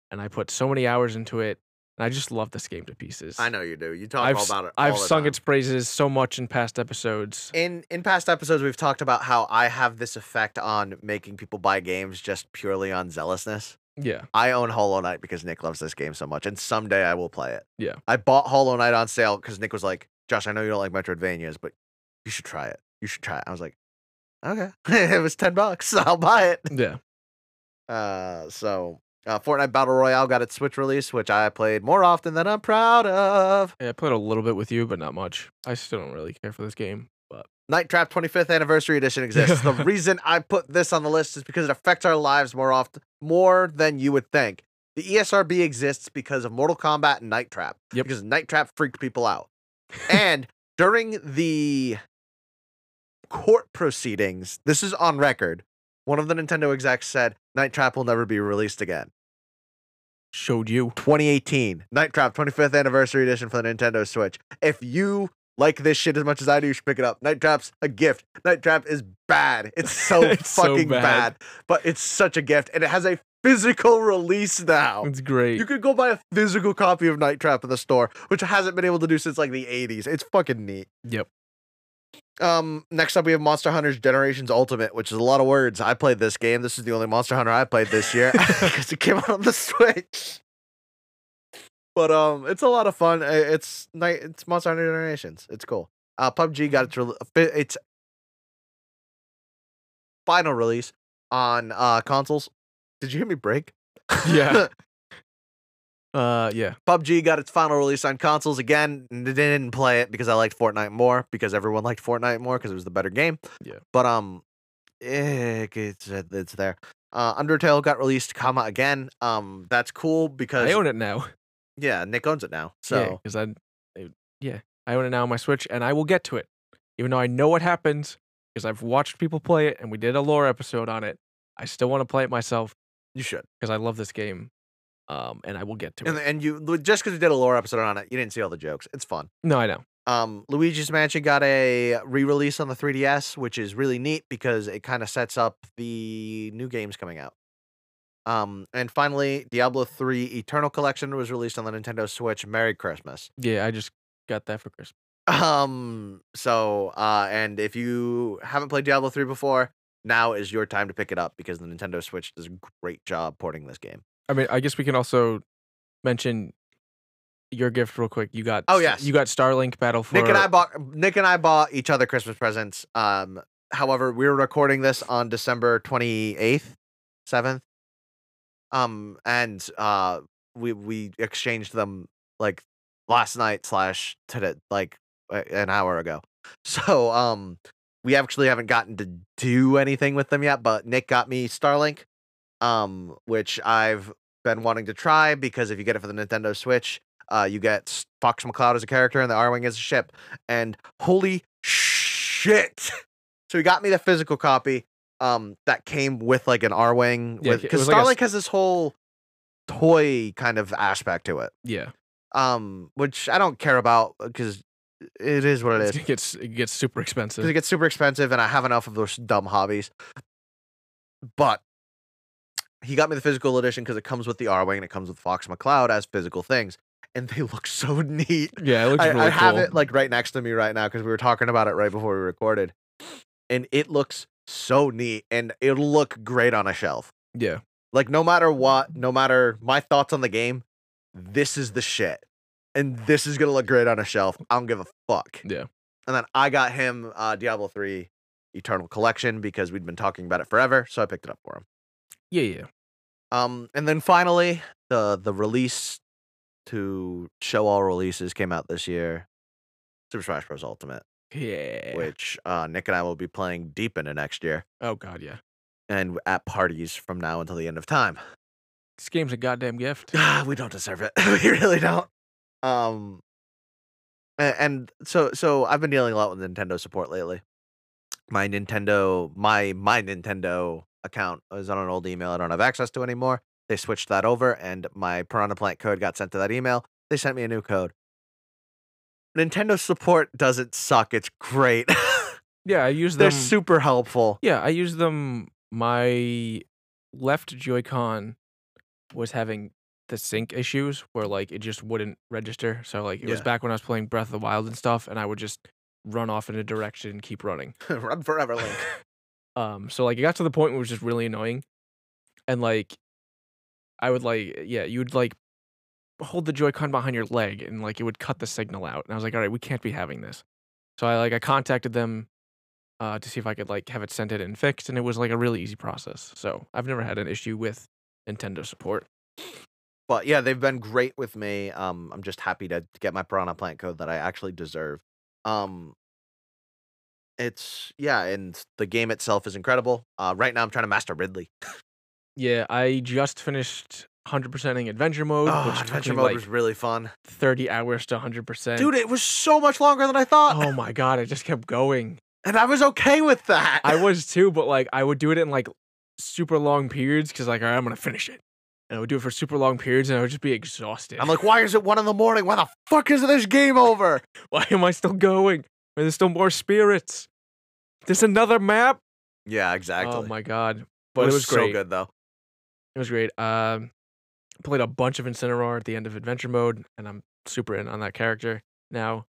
B: and I put so many hours into it, and I just love this game to pieces.
A: I know you do. You talk
B: I've
A: all
B: s-
A: about it.
B: I've
A: all the
B: sung
A: time.
B: its praises so much in past episodes.
A: in in past episodes. We've talked about how I have this effect on making people buy games just purely on zealousness.
B: Yeah,
A: I own Hollow Knight because Nick loves this game so much, and someday I will play it.
B: Yeah.
A: I bought Hollow Knight on sale because Nick was like, "Josh, I know you don't like Metroidvanias, but you should try it. You should try it." I was like, "Okay, it was ten bucks. I'll buy it."
B: yeah,
A: Uh, so uh, Fortnite Battle Royale got its Switch release, which I played more often than I'm proud of.
B: yeah. I played a little bit with you, but not much. I still don't really care for this game, but
A: Night Trap 25th Anniversary Edition exists. the reason I put this on the list is because it affects our lives more often, more than you would think. The E ESRB exists because of Mortal Kombat and Night Trap.
B: Yep.
A: Because Night Trap freaked people out. and during the court proceedings, this is on record. One of the Nintendo execs said, Night Trap will never be released again.
B: showed you.
A: 2018 Night Trap 25th Anniversary Edition for the Nintendo Switch. If you like this shit as much as I do, you should pick it up. Night Trap's a gift. Night Trap is bad. It's so
B: It's so
A: fucking bad.
B: bad.
A: but it's such a gift, and it has a physical release now.
B: It's great.
A: Oh, You could go buy a physical copy of Night Trap in the store, which I hasn't been able to do since like the 80s. It's fucking neat.
B: Yep.
A: Um, next up we have Monster Hunter's Generations Ultimate, which is a lot of words. I played this game. This is the only Monster Hunter I played this year because it came out on the Switch. But um, it's a lot of fun. I- It's night. It's Monster Hunter Generations. It's cool. Uh, PUBG got its rel- its final release on uh consoles. Did you hear me break?
B: Yeah. Uh, yeah,
A: PUBG got its final release on consoles again. and They didn't play it because I liked Fortnite more because everyone liked Fortnite more because it was the better game.
B: Yeah.
A: But um, eh, it's it's there. Uh, Undertale got released, comma again. Um, that's cool because
B: I own it now.
A: yeah, Nick owns it now. So
B: So, because I, I- yeah, I own it now on my Switch, and I will get to it, even though I know what happens because I've watched people play it, and we did a lore episode on it. I still want to play it myself
A: you should.
B: because I love this game, um, and I will get to it.
A: And and you just because we did a lore episode on it, you didn't see all the jokes. It's fun.
B: No, I know.
A: Um, Luigi's Mansion got a re-release on the 3DS, which is really neat because it kind of sets up the new games coming out. Um, and finally, Diablo 3 Eternal Collection was released on the Nintendo Switch. Merry Christmas.
B: Yeah, I just got that for Christmas.
A: Um, so uh, and if you haven't played Diablo 3 before, now is your time to pick it up because the Nintendo Switch does a great job porting this game.
B: I mean, I guess we can also mention your gift real quick. You got
A: Oh,
B: S-
A: yes.
B: you got Starlink Battle for
A: Nick and I bought Nick and I bought each other Christmas presents. Um, however, we were recording this on December twenty eighth, seventh. Um, and uh, we we exchanged them like last night slash today, like a- an hour ago. So um, we actually haven't gotten to do anything with them yet. But Nick got me Starlink, um, which I've been wanting to try because if you get it for the Nintendo Switch, uh, you get S- Fox McCloud as a character and the R Wing as a ship. And holy shit! So he got me the physical copy um, that came with like an R Wing.
B: Yeah,
A: Because
B: it was like a s-
A: Starlink has this whole toy kind of aspect to it,
B: Yeah,
A: um, which I don't care about because it is what it is.
B: it gets it gets super expensive.
A: because it gets super expensive and I have enough of those dumb hobbies. But he got me the physical edition because it comes with the R Wing and it comes with Fox McCloud as physical things. And they look so neat.
B: yeah, it looks
A: I,
B: really
A: I
B: cool.
A: have it like right next to me right now because we were talking about it right before we recorded. And it looks so neat and it'll look great on a shelf.
B: yeah,
A: Like no matter what, no matter my thoughts on the game, this is the shit. And this is gonna look great on a shelf. I don't give a fuck.
B: Yeah.
A: And then I got him uh Diablo 3 Eternal Collection because we'd been talking about it forever, so I picked it up for him.
B: yeah, yeah.
A: Um and then finally the the release to show all releases came out this year. Super Smash Bros. Ultimate,
B: Yeah.
A: which uh, Nick and I will be playing deep into next year
B: Oh god, yeah.
A: and at parties from now until the end of time.
B: This game's a goddamn gift.
A: ah, we don't deserve it. we really don't. Um, a- and so so I've been dealing a lot with Nintendo support lately. My Nintendo, my my Nintendo account is on an old email I don't have access to anymore. They switched that over, and my Piranha Plant code got sent to that email. They sent me a new code. Nintendo support doesn't suck. It's great.
B: Yeah, I use
A: They're
B: them.
A: super helpful.
B: yeah, I use them. My left Joy-Con was having the sync issues where like it just wouldn't register. So like it was
A: Yeah.
B: back when I was playing Breath of the Wild and stuff, and I would just run off in a direction and keep running.
A: Run forever, Link.
B: Um, so like it got to the point where it was just really annoying, and like I would like yeah, you would like hold the Joy-Con behind your leg, and like it would cut the signal out. And I was like, all right, we can't be having this. So I like I contacted them uh, to see if I could like have it sent in and fixed, and it was like a really easy process. So I've never had an issue with Nintendo support.
A: but yeah, they've been great with me. Um, I'm just happy to get my piranha plant code that I actually deserve. Um, it's yeah, and the game itself is incredible. Uh, right now I'm trying to master Ridley.
B: Yeah, I just finished 100%ing Adventure Mode,
A: Oh,
B: which
A: adventure
B: took me
A: mode
B: like
A: was really fun,
B: 30 hours to 100%.
A: dude. It was so much longer than I thought,
B: oh my god, I just kept going.
A: and I was okay with that.
B: I was too, but like I would do it in like super long periods because like all right, I'm gonna finish it, and I would do it for super long periods, and I would just be exhausted.
A: I'm like, why is it one in the morning? Why the fuck is this game over?
B: why am I still going? Are there still more spirits? There's another map.
A: Yeah, exactly.
B: Oh my god! But it was,
A: so
B: great.
A: good though.
B: It was great. Um, played a bunch of Incineroar at the end of Adventure Mode, and I'm super in on that character now.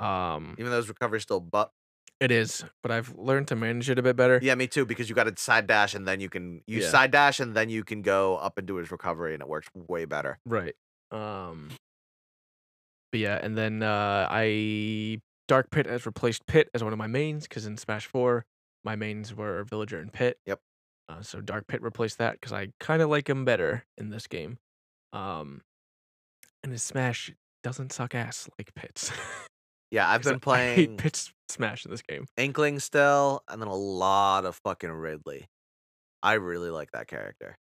B: Um,
A: Even though his recovery's still but
B: it is, but I've learned to manage it a bit better.
A: yeah, me too. Because you got to side dash and then you can you
B: Yeah.
A: side dash and then you can go up and do his recovery, and it works way better.
B: Right. Um But yeah, and then uh I Dark Pit has replaced Pit as one of my mains because in Smash 4, my mains were Villager and Pit.
A: Yep.
B: Uh, so Dark Pit replaced that because I kind of like him better in this game. Um and his Smash doesn't suck ass like Pit's.
A: Yeah, I've
B: 'Cause I-
A: been
B: I hate
A: playing
B: Pit's Smash in this game.
A: Inkling still, and then a lot of fucking Ridley. I really like that character.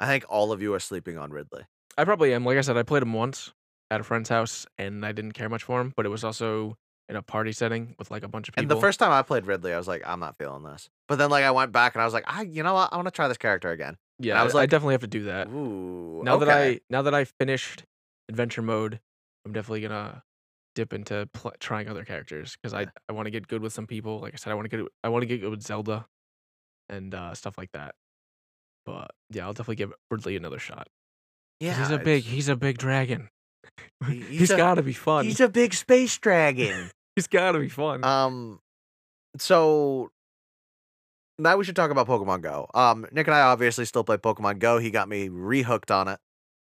A: I think all of you are sleeping on Ridley.
B: I probably am. Like I said, I played him once at a friend's house and I didn't care much for him, but it was also in a party setting with like a bunch of people.
A: And the first time I played Ridley, I was like, I'm not feeling this. But then like I went back and I was like, I you know what? I want to try this character again.
B: yeah,
A: I
B: I
A: was
B: was I
A: like,
B: definitely have to do that.
A: Ooh.
B: Uh, now that
A: okay.
B: I now that I finished adventure mode, I'm definitely gonna dip into pl- trying other characters because I, I want to get good with some people. Like I said, I want to get I want to get good with Zelda and uh, stuff like that. But yeah, I'll definitely give Ridley another shot. 'Cause
A: yeah,
B: he's a big
A: it's-
B: he's a big dragon.
A: He- he's
B: he's
A: a-
B: got to be fun.
A: he's a big space dragon.
B: he's got to be fun.
A: um so now we should talk about Pokemon Go. Um Nick and I obviously still play Pokemon Go. He got me rehooked on it.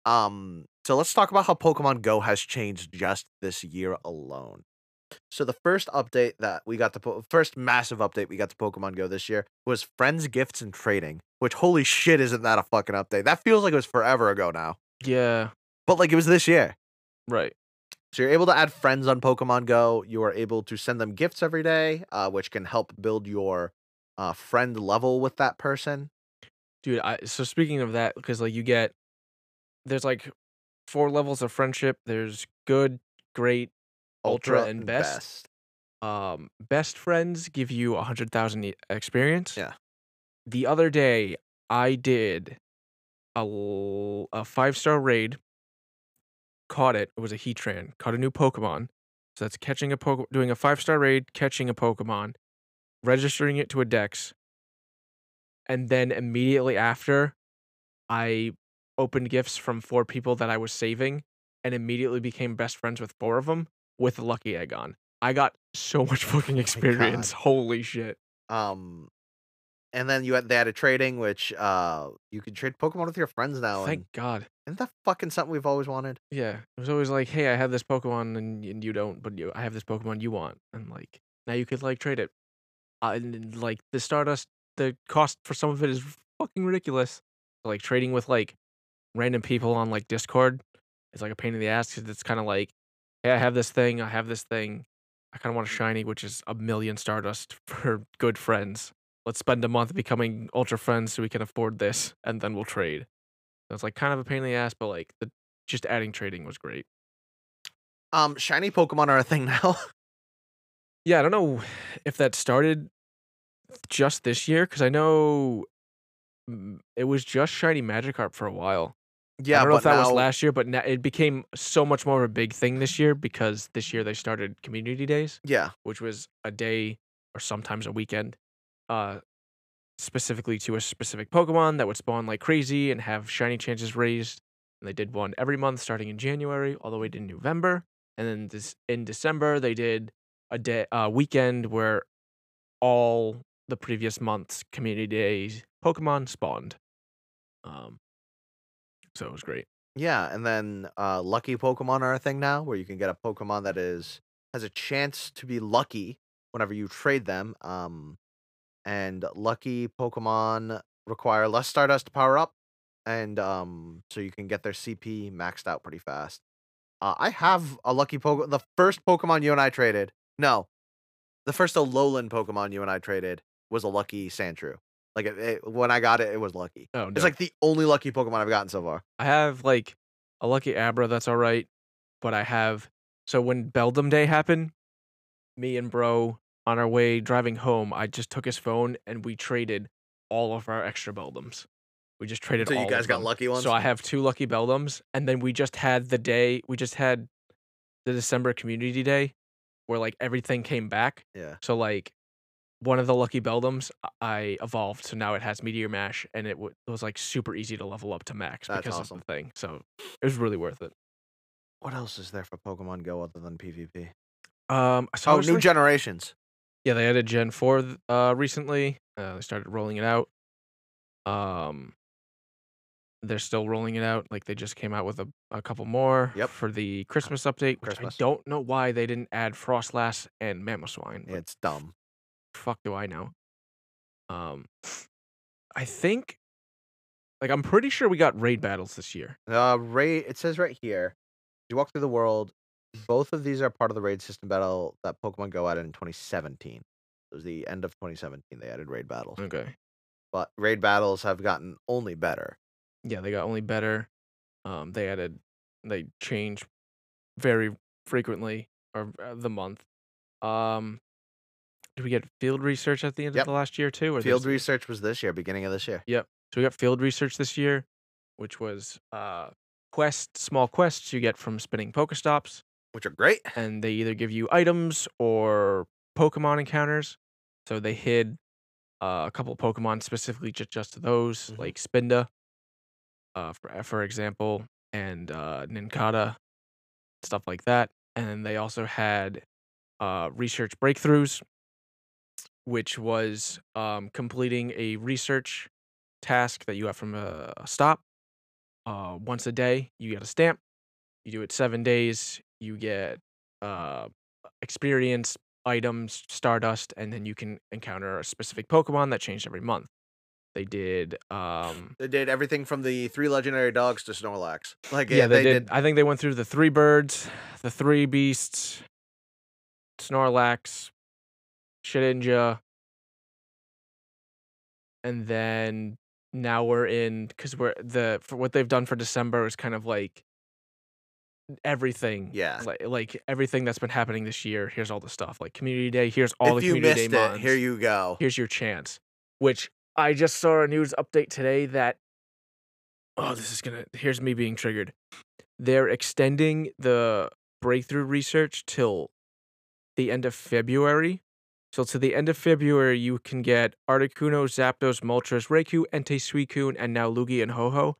A: Um so let's talk about how Pokemon Go has changed just this year alone. So the first update that we got to po- first massive update we got to Pokemon Go this year was friends gifts and trading, which holy shit isn't that a fucking update. That feels like it was forever ago now.
B: yeah,
A: But like it was this year.
B: right.
A: So you're able to add friends on Pokemon Go. You are able to send them gifts every day, uh, which can help build your uh, friend level with that person.
B: dude i so speaking of that because like you get there's like four levels of friendship there's good great Ultra and best. um best friends give you a hundred thousand e- experience
A: Yeah.
B: the other day i did a, l- a five star raid caught it it was a heatran caught a new pokemon so that's catching a Poke, doing a five star raid catching a pokemon registering it to a dex and then immediately after i opened gifts from four people that i was saving and immediately became best friends with four of them with a lucky egg on i got so much fucking experience holy shit
A: Um, and then you had they had a trading, which uh, you can trade Pokemon with your friends now.
B: thank
A: and
B: god
A: isn't that fucking something we've always wanted?
B: Yeah, it was always like, "Hey, I have this Pokemon and, y- and you don't, but you, I have this Pokemon you want," and like now you could like trade it. Uh, and, and, like the Stardust, the cost for some of it is fucking ridiculous. Like trading with like random people on like Discord is like a pain in the ass because it's kind of like, "Hey, I have this thing, I have this thing, I kind of want a shiny, which is a million Stardust for good friends. Let's spend a month becoming ultra friends so we can afford this, and then we'll trade." So it's like kind of a pain in the ass, but like the just adding trading was great.
A: Um, shiny Pokemon are a thing now.
B: Yeah, I don't know if that started just this year because I know mm, it was just shiny Magikarp for a while.
A: yeah,
B: I don't know
A: but
B: if that was
A: now-
B: last year, but now it became so much more of a big thing this year because this year they started community days,
A: Yeah,
B: which was a day or sometimes a weekend, uh, specifically to a specific Pokemon that would spawn like crazy and have shiny chances raised. And they did one every month starting in January all the way to November. And then this in December they did a day uh, weekend where all the previous month's community days Pokemon spawned. Um, so it was great.
A: yeah, and then uh, lucky Pokemon are a thing now, where you can get a Pokemon that is has a chance to be lucky whenever you trade them. Um, and lucky Pokemon require less Stardust to power up, and um, so you can get their CP maxed out pretty fast. Uh, I have a lucky Pokemon. The first Pokemon you and I traded, no, the first Alolan Pokemon you and I traded was a lucky Sandshrew. Like it, it, when I got it, it was lucky.
B: Oh,
A: It's like the only lucky Pokemon I've gotten so far.
B: I have like a lucky Abra that's all right, but I have so when Beldum Day happened, me and Bro on our way driving home, I just took his phone and we traded all of our extra Beldums. We just traded.
A: So you
B: all
A: guys
B: of
A: got
B: them.
A: lucky ones.
B: So I have two lucky Beldums, and then we just had the day we just had the December community day where like everything came back.
A: yeah.
B: So like one of the lucky Beldums I- I evolved, so now it has Meteor Mash, and it, w- it was like super easy to level up to max
A: That's
B: because
A: awesome.
B: of the thing. So it was really worth it.
A: What else is there for Pokemon Go other than PvP?
B: Um, so I
A: oh,
B: was
A: new
B: like-
A: generations.
B: yeah, they added Gen Four th- uh, recently. Uh, they started rolling it out. Um, they're still rolling it out. Like they just came out with a, a couple more
A: Yep.
B: for the Christmas update, which
A: Christmas.
B: I don't know why they didn't add Frostlass and Mamoswine. but
A: It's dumb.
B: fuck do I know? Um, I think, like, I'm pretty sure we got raid battles this year.
A: Uh, raid. It says right here, you walk through the world. Both of these are part of the raid system battle that Pokemon Go added in 2017. It was the end of 2017. They added raid battles,
B: Okay.
A: but raid battles have gotten only better.
B: Yeah, they got only better. Um, they added, they change very frequently or uh, the month. Um, did we get field research at the end
A: Yep.
B: of the last year too? Or
A: Field
B: this-
A: research was this year, beginning of this year.
B: So we got field research this year, which was uh quest small quests you get from spinning Pokestops.
A: Which are great.
B: and they either give you items or Pokemon encounters. So they hid uh, a couple of Pokemon specifically just just to those,
A: Mhm.
B: like Spinda, uh, for for example, and uh, Ninkata, stuff like that. And then they also had uh, research breakthroughs, which was um, completing a research task that you have from a, a stop. Uh, once a day, you get a stamp. You do it seven days, you get uh, experience items, Stardust, and then you can encounter a specific Pokemon that changed every month. They did. Um,
A: They did everything from the three legendary dogs to Snorlax. Like eh,
B: yeah, they, did, I think they went through the three birds, the three beasts, Snorlax, Shedinja, and then now we're in because we're the for what they've done for December is kind of like everything.
A: Yeah.
B: Like, like everything that's been happening this year. Here's all the stuff. Like Community Day. Here's all
A: if
B: the
A: you missed
B: Community
A: it,
B: Day mons.
A: here you go.
B: here's your chance. Which I just saw a news update today that oh, this is gonna here's me being triggered. They're extending the breakthrough research till the end of February. So to the end of February, you can get Articuno, Zapdos, Moltres, Raikou, Entei, Suicune, and now Lugia and Ho-Ho.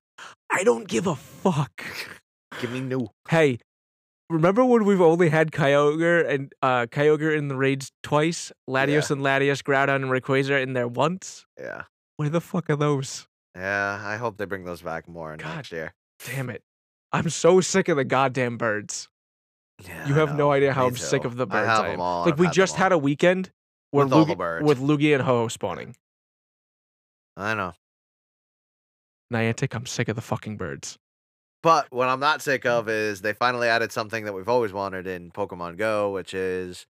B: I don't give a fuck.
A: Give me new.
B: Hey, remember when we've only had Kyogre and uh, Kyogre in the raids twice? Latios and Latias, Groudon and Rayquaza in there once?
A: Yeah.
B: Where the fuck are those?
A: Yeah. I hope they bring those back more
B: God.
A: next year.
B: Damn it. I'm so sick of the goddamn birds.
A: Yeah,
B: You
A: I
B: have no
A: know.
B: idea how
A: Me
B: I'm sick
A: too.
B: of the
A: I
B: birds.
A: have
B: I
A: them
B: am.
A: all.
B: Like
A: I've
B: we
A: had them
B: just
A: all.
B: had a weekend where
A: with all the
B: Lugia,
A: birds.
B: with Lugia and Ho-Ho spawning.
A: I know.
B: Niantic, I'm sick of the fucking birds.
A: But what I'm not sick of is they finally added something that we've always wanted in Pokemon Go, which is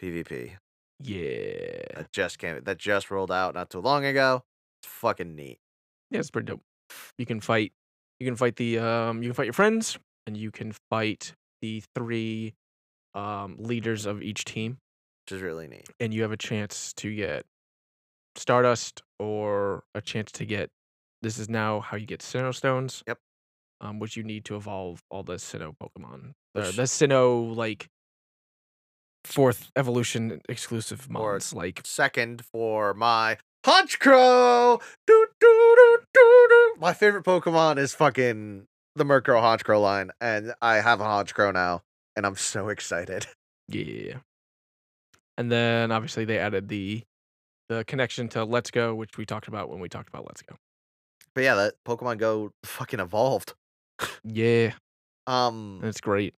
A: PvP.
B: Yeah.
A: That just came. That just rolled out not too long ago. It's fucking neat.
B: Yeah, it's pretty dope. You can fight. You can fight the. Um, you can fight your friends, and you can fight the three um, leaders of each team,
A: Which is really neat.
B: and you have a chance to get Stardust or a chance to get. This is now how you get Sinnoh stones.
A: Yep.
B: Um, which you need to evolve all the Sinnoh Pokemon. Uh,
A: Which-
B: the Sinnoh like fourth evolution exclusive
A: Or
B: mons. Like
A: Second for my Honchcrow. Doo, doo, doo, doo, doo. My favorite Pokemon is fucking the Murkrow Honchcrow line, and I have a Honchcrow now, and I'm so excited.
B: Yeah. And then obviously they added the the connection to Let's Go, which we talked about when we talked about Let's Go.
A: But yeah, that Pokemon Go fucking evolved.
B: Yeah,
A: Um,
B: that's great.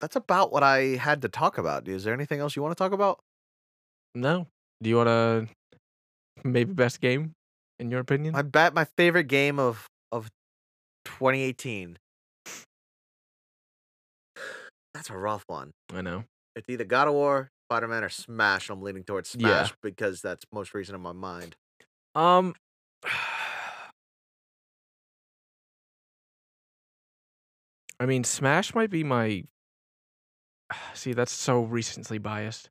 A: that's about what I had to talk about. Is there anything else you want to talk about?
B: No. Do you want to maybe best game in your opinion?
A: My bet, my favorite game of of 2018. That's a rough one.
B: I know.
A: It's either God of War, Spider Man, or Smash. I'm leaning towards
B: Yeah.
A: Smash because that's most recent in my mind.
B: Um I mean, Smash might be my See, that's so recently biased.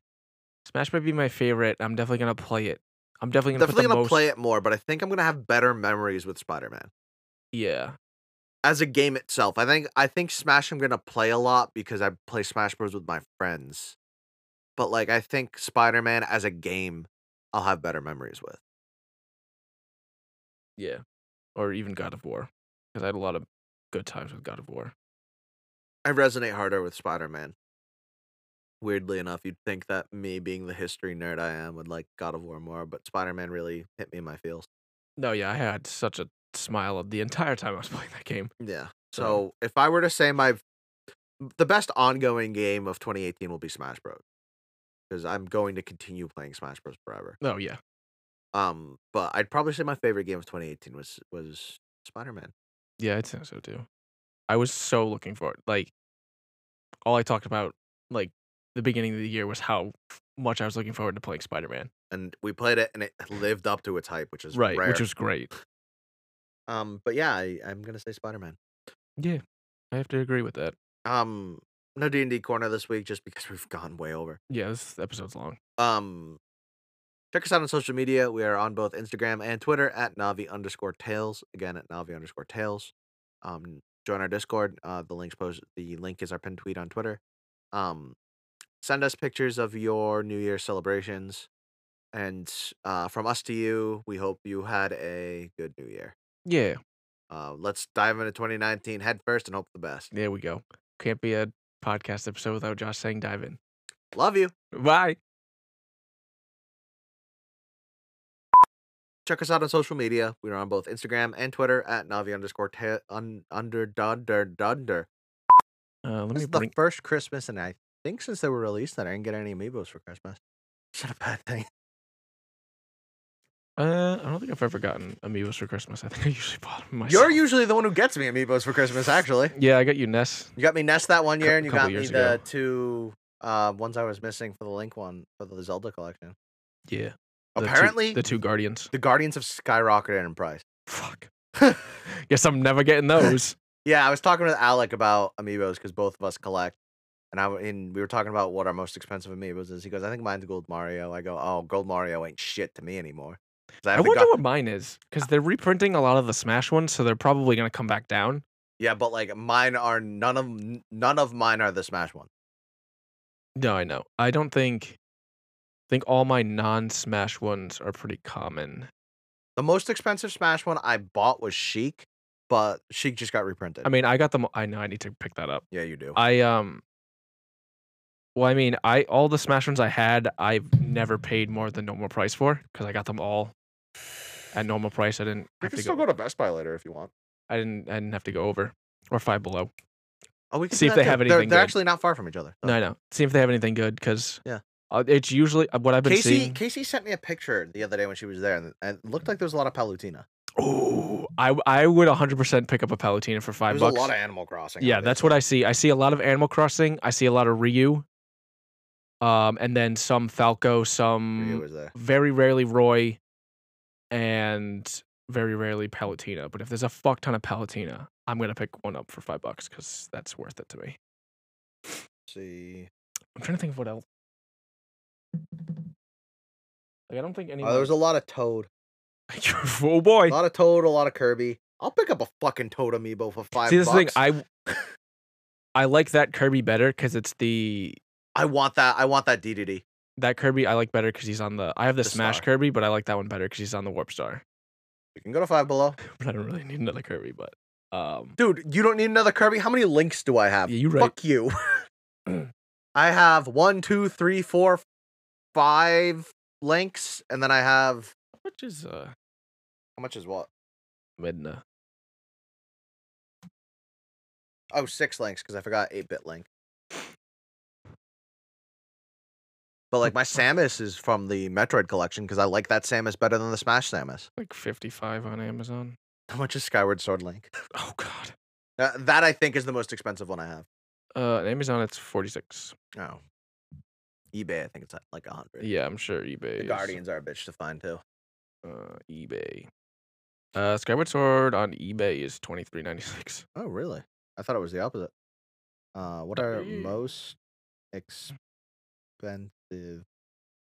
B: Smash might be my favorite. I'm definitely going to play it. I'm definitely going to
A: Definitely
B: put the
A: gonna
B: most
A: play it more, but I think I'm gonna have better memories with Spider Man
B: Yeah.
A: as a game itself. I think I think Smash I'm gonna play a lot because I play Smash Bros with my friends. But like I think Spider Man as a game, I'll have better memories with.
B: Yeah. Or even God of War. Because I had a lot of good times with God of War.
A: I resonate harder with Spider Man. Weirdly enough, you'd think that me being the history nerd I am would like God of War more, but Spider Man really hit me in my feels.
B: No, yeah, I had such a smile the entire time I was playing that game.
A: Yeah.
B: So-
A: So if I were to say my the best ongoing game of 2018 will be Smash Bros. Because I'm going to continue playing Smash Bros. forever.
B: Oh, yeah.
A: Um, but I'd probably say my favorite game of 2018 was was Spider Man.
B: Yeah, I'd say so too. I was so looking forward. Like, all I talked about, like, the beginning of the year was how much I was looking forward to playing Spider Man.
A: And we played it, and it lived up to its hype, which is
B: Right.
A: rare.
B: Which was great.
A: um, but yeah, I, I'm gonna say Spider Man.
B: Yeah. I have to agree with that.
A: Um, no D and D corner this week just because we've gone way over.
B: Yeah, this episode's long.
A: Um, check us out on social media. We are on both Instagram and Twitter at Navi underscore Tails. Again, at Navi underscore Tails. Um, join our Discord. Uh, the link's post. The link is our pinned tweet on Twitter. Um, send us pictures of your New Year celebrations. And uh, from us to you, we hope you had a good New Year.
B: Yeah.
A: Uh, let's dive into 2019 head first and hope for the best.
B: There we go. Can't be a podcast episode without Josh saying dive in.
A: Love you.
B: Bye.
A: Check us out on social media. We are on both Instagram and Twitter at Navi underscore ta- un- under dunder dunder.
B: Uh, let
A: This
B: me
A: is the
B: bring.
A: first Christmas, and I think since they were released that I didn't get any amiibos for Christmas. It's not a bad thing.
B: Uh, I don't think I've ever gotten Amiibos for Christmas. I think I usually bought them myself.
A: You're usually the one who gets me amiibos for Christmas, actually.
B: Yeah, I got you Ness.
A: You got me Nest that one
B: Cou-
A: year, and you
B: couple
A: got me
B: years
A: the
B: ago.
A: two uh, ones I was missing for the Link one for the Zelda collection.
B: Yeah. the two-
A: Apparently,
B: the two Guardians.
A: the Guardians have skyrocketed in price.
B: Fuck. Guess I'm never getting those.
A: Yeah, I was talking with Alec about amiibos because both of us collect, and I w- and we were talking about what our most expensive amiibos is. He goes, "I think mine's Gold Mario." I go, "Oh, Gold Mario ain't shit to me anymore." 'Cause I
B: I
A: have the
B: wonder
A: Gu-
B: what mine is because they're reprinting a lot of the Smash ones, so they're probably gonna come back down.
A: yeah, but like mine are none of n- none of mine are the Smash ones.
B: No, I know. I don't think. I think all my non-Smash ones are pretty common.
A: The most expensive Smash one I bought was Sheik, but Sheik just got reprinted.
B: I mean, I got them. I know I need to pick that up.
A: yeah, you do.
B: I um. Well, I mean, I all the Smash ones I had, I've never paid more than normal price for because I got them all at normal price. I didn't
C: We
B: have
C: can
B: to
C: still
B: go.
C: go to Best Buy later if you want.
B: I didn't. I didn't have to go over or five below.
A: oh, we can do
B: see if
A: that
B: they
A: too.
B: have
A: They're-
B: anything
A: They're,
B: good.
A: actually not far from each other. so.
B: No, I know. See if they have anything good because
A: Oh. Yeah.
B: uh, it's usually uh, what I've been
A: Casey
B: seeing.
A: Casey sent me a picture the other day when she was there, and, and it looked like there was a lot of Palutena.
B: Oh, I I would 100% pick up a Palutena for five
A: There's
B: bucks.
A: a lot of Animal Crossing.
B: yeah, that's what I see. I see a lot of Animal Crossing. I see a lot of Ryu. Um, and then some Falco,
A: Ryu
B: some
A: was there.
B: very rarely Roy, and very rarely Palutena. But if there's a fuck ton of Palutena, I'm gonna pick one up for five bucks because that's worth it to me.
A: see.
B: I'm trying to think of what else. Like I don't think any.
A: Oh, there was a lot of Toad.
B: oh boy.
A: A lot of Toad, a lot of Kirby. I'll pick up a fucking Toad amiibo for five
B: See, this is the thing
A: bucks. I,
B: I I like that Kirby better because it's the
A: want that. I want that DDD.
B: that Kirby I like better because he's on the I have the,
A: The
B: Smash
A: Star.
B: Kirby, but I like that one better because he's on the Warp Star.
A: We can go to five below.
B: But I don't really need another Kirby, but um,
A: Dude, you don't need another Kirby. How many links do I have?
B: Yeah, you right.
A: Fuck you. I have one, two, three, four, five links, and then I have
B: which is uh
A: how much is what?
B: Midna.
A: Oh, six links because I forgot eight bit link. But like my Samus is from the Metroid collection because I like that Samus better than the Smash Samus.
B: like fifty five on Amazon.
A: How much is Skyward Sword Link?
B: Oh God,
A: Uh, that I think is the most expensive one I have.
B: uh, on Amazon it's forty six.
A: Oh. eBay, I think it's at like a hundred.
B: Yeah, I'm sure eBay.
A: The Guardians are a bitch to find too.
B: Uh, eBay. Uh, Skyward Sword on eBay is twenty three ninety six.
A: Oh really? I thought it was the opposite. Uh, what are
B: Mm.
A: most expensive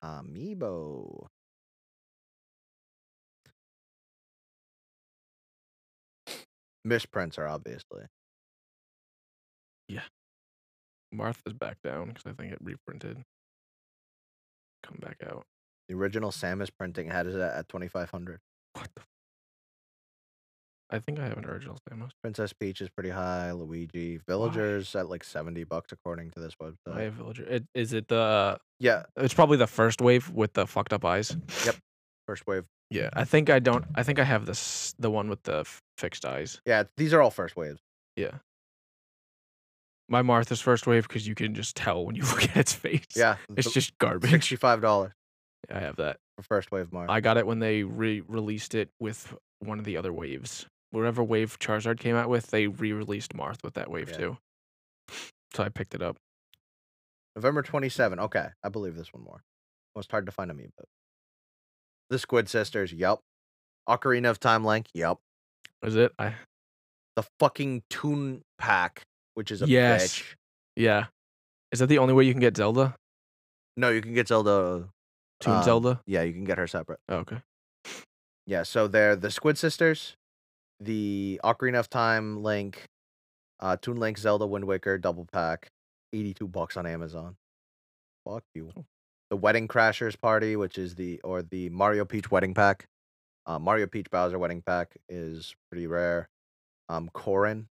A: amiibo? Misprints are obviously.
B: Martha's back down because I think it reprinted. Come back out.
A: The original Samus printing had it at- at twenty five hundred.
B: What the? I think I have an original Samus.
A: Princess Peach is pretty high. Luigi Villagers at like seventy bucks according to this website.
B: I have Villager. It, is it the? uh,
A: Yeah,
B: It's probably the first wave with the fucked up eyes.
A: Yep. first wave.
B: Yeah, I think I don't. I think I have this the one with the f- fixed eyes.
A: Yeah, these are all first waves.
B: Yeah. My Martha's first wave because you can just tell when you look at its face.
A: Yeah,
B: It's just garbage.
A: sixty-five dollars
B: I have that.
A: for first wave Mario.
B: I got it when they re released it with one of the other waves. Whatever wave Charizard came out with, they re released Marth with that wave
A: Yeah.
B: too. So I picked it up.
A: November twenty-seven. Okay, I believe this one more. Most hard to find amiibo. The Squid Sisters. Yup. Ocarina of Time Link. Yup.
B: Is it? I
A: The fucking Toon Pack, which is a
B: Yes.
A: bitch.
B: yeah. Is that the only way you can get Zelda?
A: No, you can get Zelda.
B: Toon
A: um,
B: Zelda?
A: Yeah, you can get her separate.
B: Oh, okay.
A: Yeah, so they're the Squid Sisters, the Ocarina of Time Link, uh, Toon Link Zelda Wind Waker double pack, eighty-two bucks on Amazon. Fuck you.
B: Oh.
A: The Wedding Crashers Party, which is the or the Mario Peach Wedding Pack, uh, Mario Peach Bowser Wedding Pack is pretty rare. Um, Corin,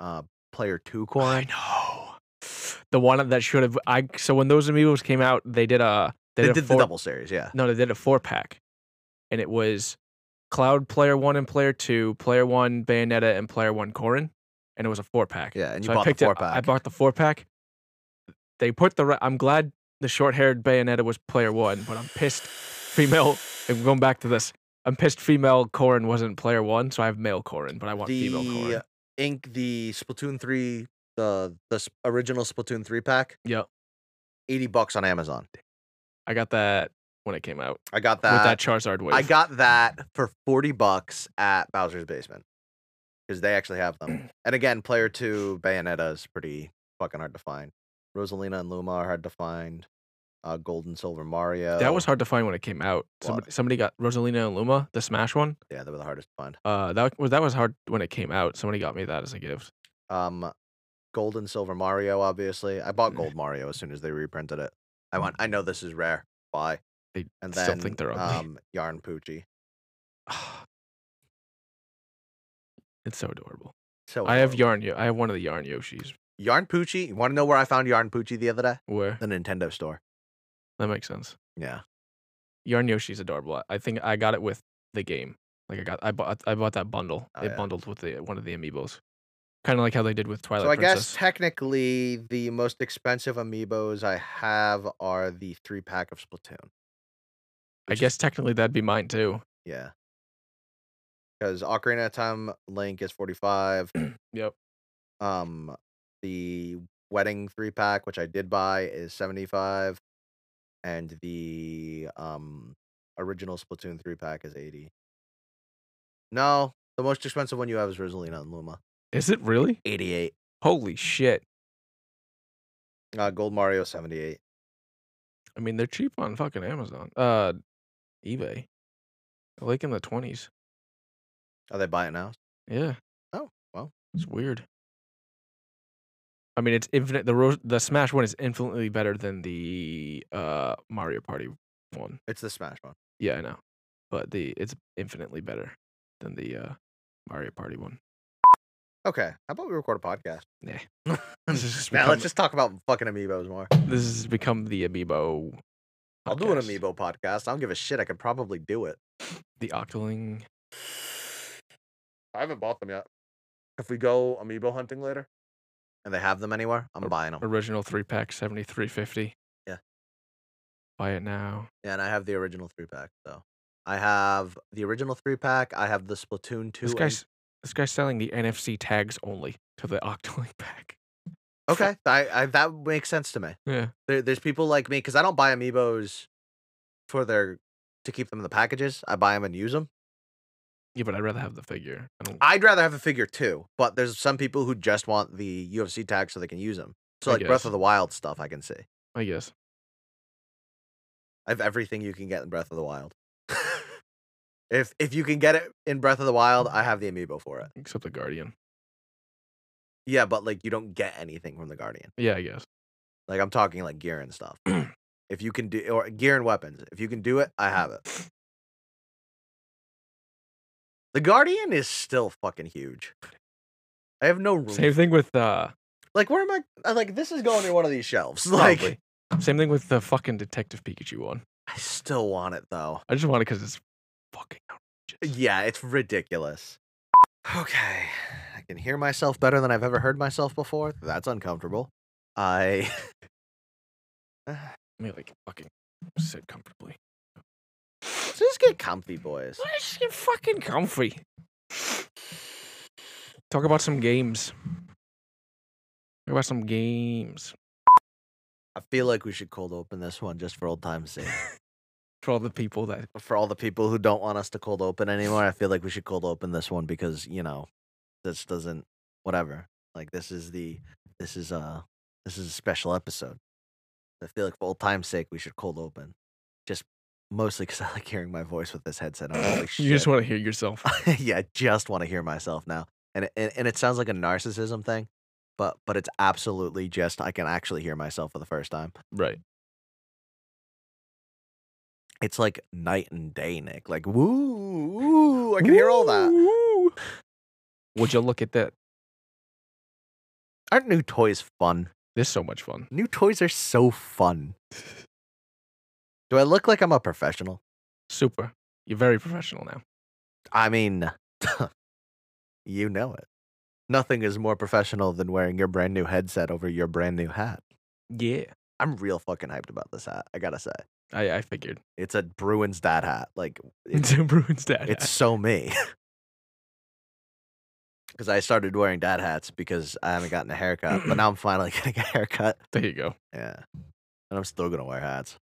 A: uh, Player Two
B: I
A: Corin.
B: know. The one that should have I so when those amiibos came out, they did a
A: They,
B: did,
A: did
B: a four,
A: the double series, yeah.
B: No, they did a four pack. And it was Cloud player one and player two, player one Bayonetta and player one Corrin. And it was a four pack.
A: Yeah, and you
B: so I
A: bought the
B: picked it-
A: four
B: I-
A: pack.
B: I bought the four pack. They put the. re- I'm glad the short haired Bayonetta was player one, but I'm pissed. Female. I'm going back to this. I'm pissed. Female Corrin wasn't player one, so I have male Corrin, but I want female Corrin.
A: the ink the Splatoon three the the s- original Splatoon three pack.
B: Yep.
A: eighty bucks on Amazon.
B: I got that. when it came out
A: I got
B: with
A: that.
B: that Charizard wave.
A: I got that for 40 bucks at Bowser's Basement because they actually have them. And again, player two Bayonetta is pretty fucking hard to find. Rosalina and Luma are hard to find. Uh, Gold and Silver Mario.
B: that was hard to find when it came out.
A: Well-
B: Somebody, somebody got Rosalina and Luma, the Smash one.
A: Yeah, they were the hardest to find.
B: Uh, that was that was hard when it came out. Somebody got me that as a gift.
A: Um, Gold and Silver Mario, obviously. I
B: Mm.
A: bought Gold Mario as soon as they reprinted it. I went, I know this is rare. Bye.
B: I
A: And then
B: Mm. still think they're ugly.
A: um, Yarn Poochie.
B: it's so adorable.
A: So
B: I have
A: adorable.
B: yarn. Yo- I have one of the yarn Yoshis.
A: Yarn Poochie. You want to know where I found Yarn Poochie the other day?
B: Where
A: The Nintendo store.
B: that makes sense.
A: Yeah.
B: Yarn Yoshi's adorable. I- I think I got it with the game. Like I got, I bought, I bought that bundle.
A: Oh,
B: it
A: yeah.
B: bundled with the one of the amiibos, kind of like how they did with Twilight
A: so I
B: Princess.
A: guess technically the most expensive amiibos I have are the three pack of Splatoon.
B: I
A: which is-
B: guess technically that'd be mine too.
A: Yeah. Because Ocarina of Time Link is 45.
B: Yep.
A: Um the wedding three pack, which I did buy, is 75. And the um original Splatoon three pack is 80. No, the most expensive one you have is Rosalina and Luma.
B: Is it really?
A: 88.
B: Holy shit!
A: Uh, Gold Mario 78.
B: I mean, they're cheap on fucking Amazon, uh, eBay, like in the twenties.
A: Are Oh, they buying now?
B: Yeah.
A: Oh, well.
B: It's weird. I mean, it's infinite. The Ro- the Smash one is infinitely better than the uh Mario Party one.
A: It's the Smash one.
B: Yeah, I know, but the it's infinitely better than the uh Mario Party one.
A: Okay. How about we record a podcast?
B: Nah.
A: now
B: This has just become,
A: let's just talk about fucking amiibos more.
B: this has become the amiibo.
A: I'll do an
B: podcast.
A: amiibo podcast. I don't give a shit. I could probably do it.
B: The Octoling.
A: I haven't bought them yet. If we go amiibo hunting later, and they have them anywhere, I'm
B: Or-
A: buying them.
B: original three pack seventy three fifty.
A: Oh. Yeah.
B: Buy it now.
A: Yeah, and I have the original three pack though. I have the original three pack. I have the Splatoon two.
B: This
A: and-
B: guy's this guy's selling the NFC tags only to the Octoling pack.
A: okay. I, I that makes sense to me.
B: Yeah.
A: There, there's people like me because I don't buy amiibos for their to keep them in the packages. I buy them and use them.
B: Yeah, but I'd rather have the figure. I don't.
A: I'd rather have a figure too, but there's some people who just want the UFC tag so they can use them. So
B: I
A: like Breath
B: guess.
A: of the Wild stuff, I can see.
B: I guess.
A: I have everything you can get in Breath of the Wild. if if you can get it in Breath of the Wild,
B: Mm.
A: I have the amiibo for it.
B: Except the Guardian.
A: Yeah, but like you don't get anything from the Guardian.
B: Yeah, I guess.
A: Like I'm talking like gear and stuff. if you can do or gear and weapons, if you can do it, I have it. The Guardian is still fucking huge. I have no room.
B: Same thing with uh.
A: Like where am I? I- Like this is going in one of these shelves. Like
B: probably. Same thing with the fucking Detective Pikachu one.
A: I still want it though.
B: I just want it because it's fucking outrageous.
A: Yeah, it's ridiculous. Okay. I can hear myself better than I've ever heard myself before. That's uncomfortable. I Let's
B: Let me like fucking sit comfortably.
A: just get comfy, boys.
B: Let's get fucking comfy. Talk about some games. Talk about some games
A: I feel like we should cold open this one just for old time's sake.
B: for all the people that
A: for all the people who don't want us to cold open anymore, I feel like we should cold open this one because, you know, this doesn't whatever. Like this is the this is uh this is a special episode. I feel like for old time's sake we should cold open. Just mostly because I like hearing my voice with this headset. on. Holy
B: you just
A: shit.
B: want to hear yourself.
A: yeah, I just want to hear myself now. And, it- and and it sounds like a narcissism thing, but but it's absolutely just I can actually hear myself for the first time.
B: right.
A: It's like night and day, Nick. Like woo, woo I can hear all that.
B: Woo. Would you look at that?
A: Aren't new toys fun?
B: This is so much fun.
A: New toys are so fun. Do I look like I'm a professional?
B: Super. You're very professional now.
A: I mean, you know it. Nothing is more professional than wearing your brand new headset over your brand new hat.
B: Yeah.
A: I'm real fucking hyped about this hat. I gotta say,
B: I, I figured.
A: it's a Bruins dad hat. Like,
B: It's
A: it's,
B: a Bruins dad.
A: it's
B: It's
A: so me. Because I started wearing dad hats because I haven't gotten a haircut, but now I'm finally getting a haircut.
B: there you go.
A: Yeah, and I'm still gonna wear hats.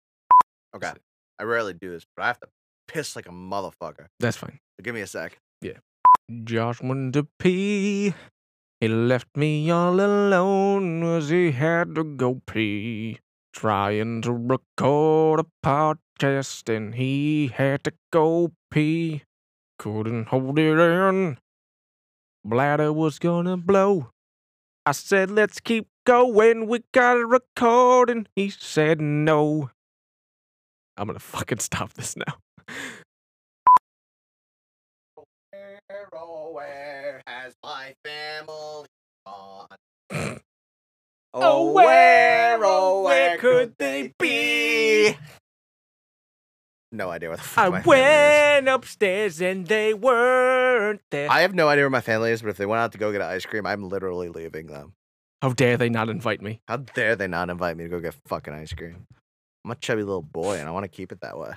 A: Okay. I rarely do this, but I have to piss like a motherfucker.
B: That's fine.
A: Give me a sec.
B: Josh went to pee. He left me all alone as he had to go pee. Trying to record a podcast and he had to go pee. Couldn't hold it in. Bladder was gonna blow. I said, let's keep going. We gotta record. And he said, no. I'm gonna fucking stop this now.
A: Where, oh, where has my family gone?
B: Oh, where, oh, where could they be?
A: No idea where the fuck
B: I
A: my family is.
B: went upstairs and they weren't there.
A: I have no idea where my family is, but if they went out to go get ice cream, I'm literally leaving them.
B: How dare they not invite me?
A: How dare they not invite me to go get fucking ice cream? I'm a chubby little boy, and I want to keep it that way.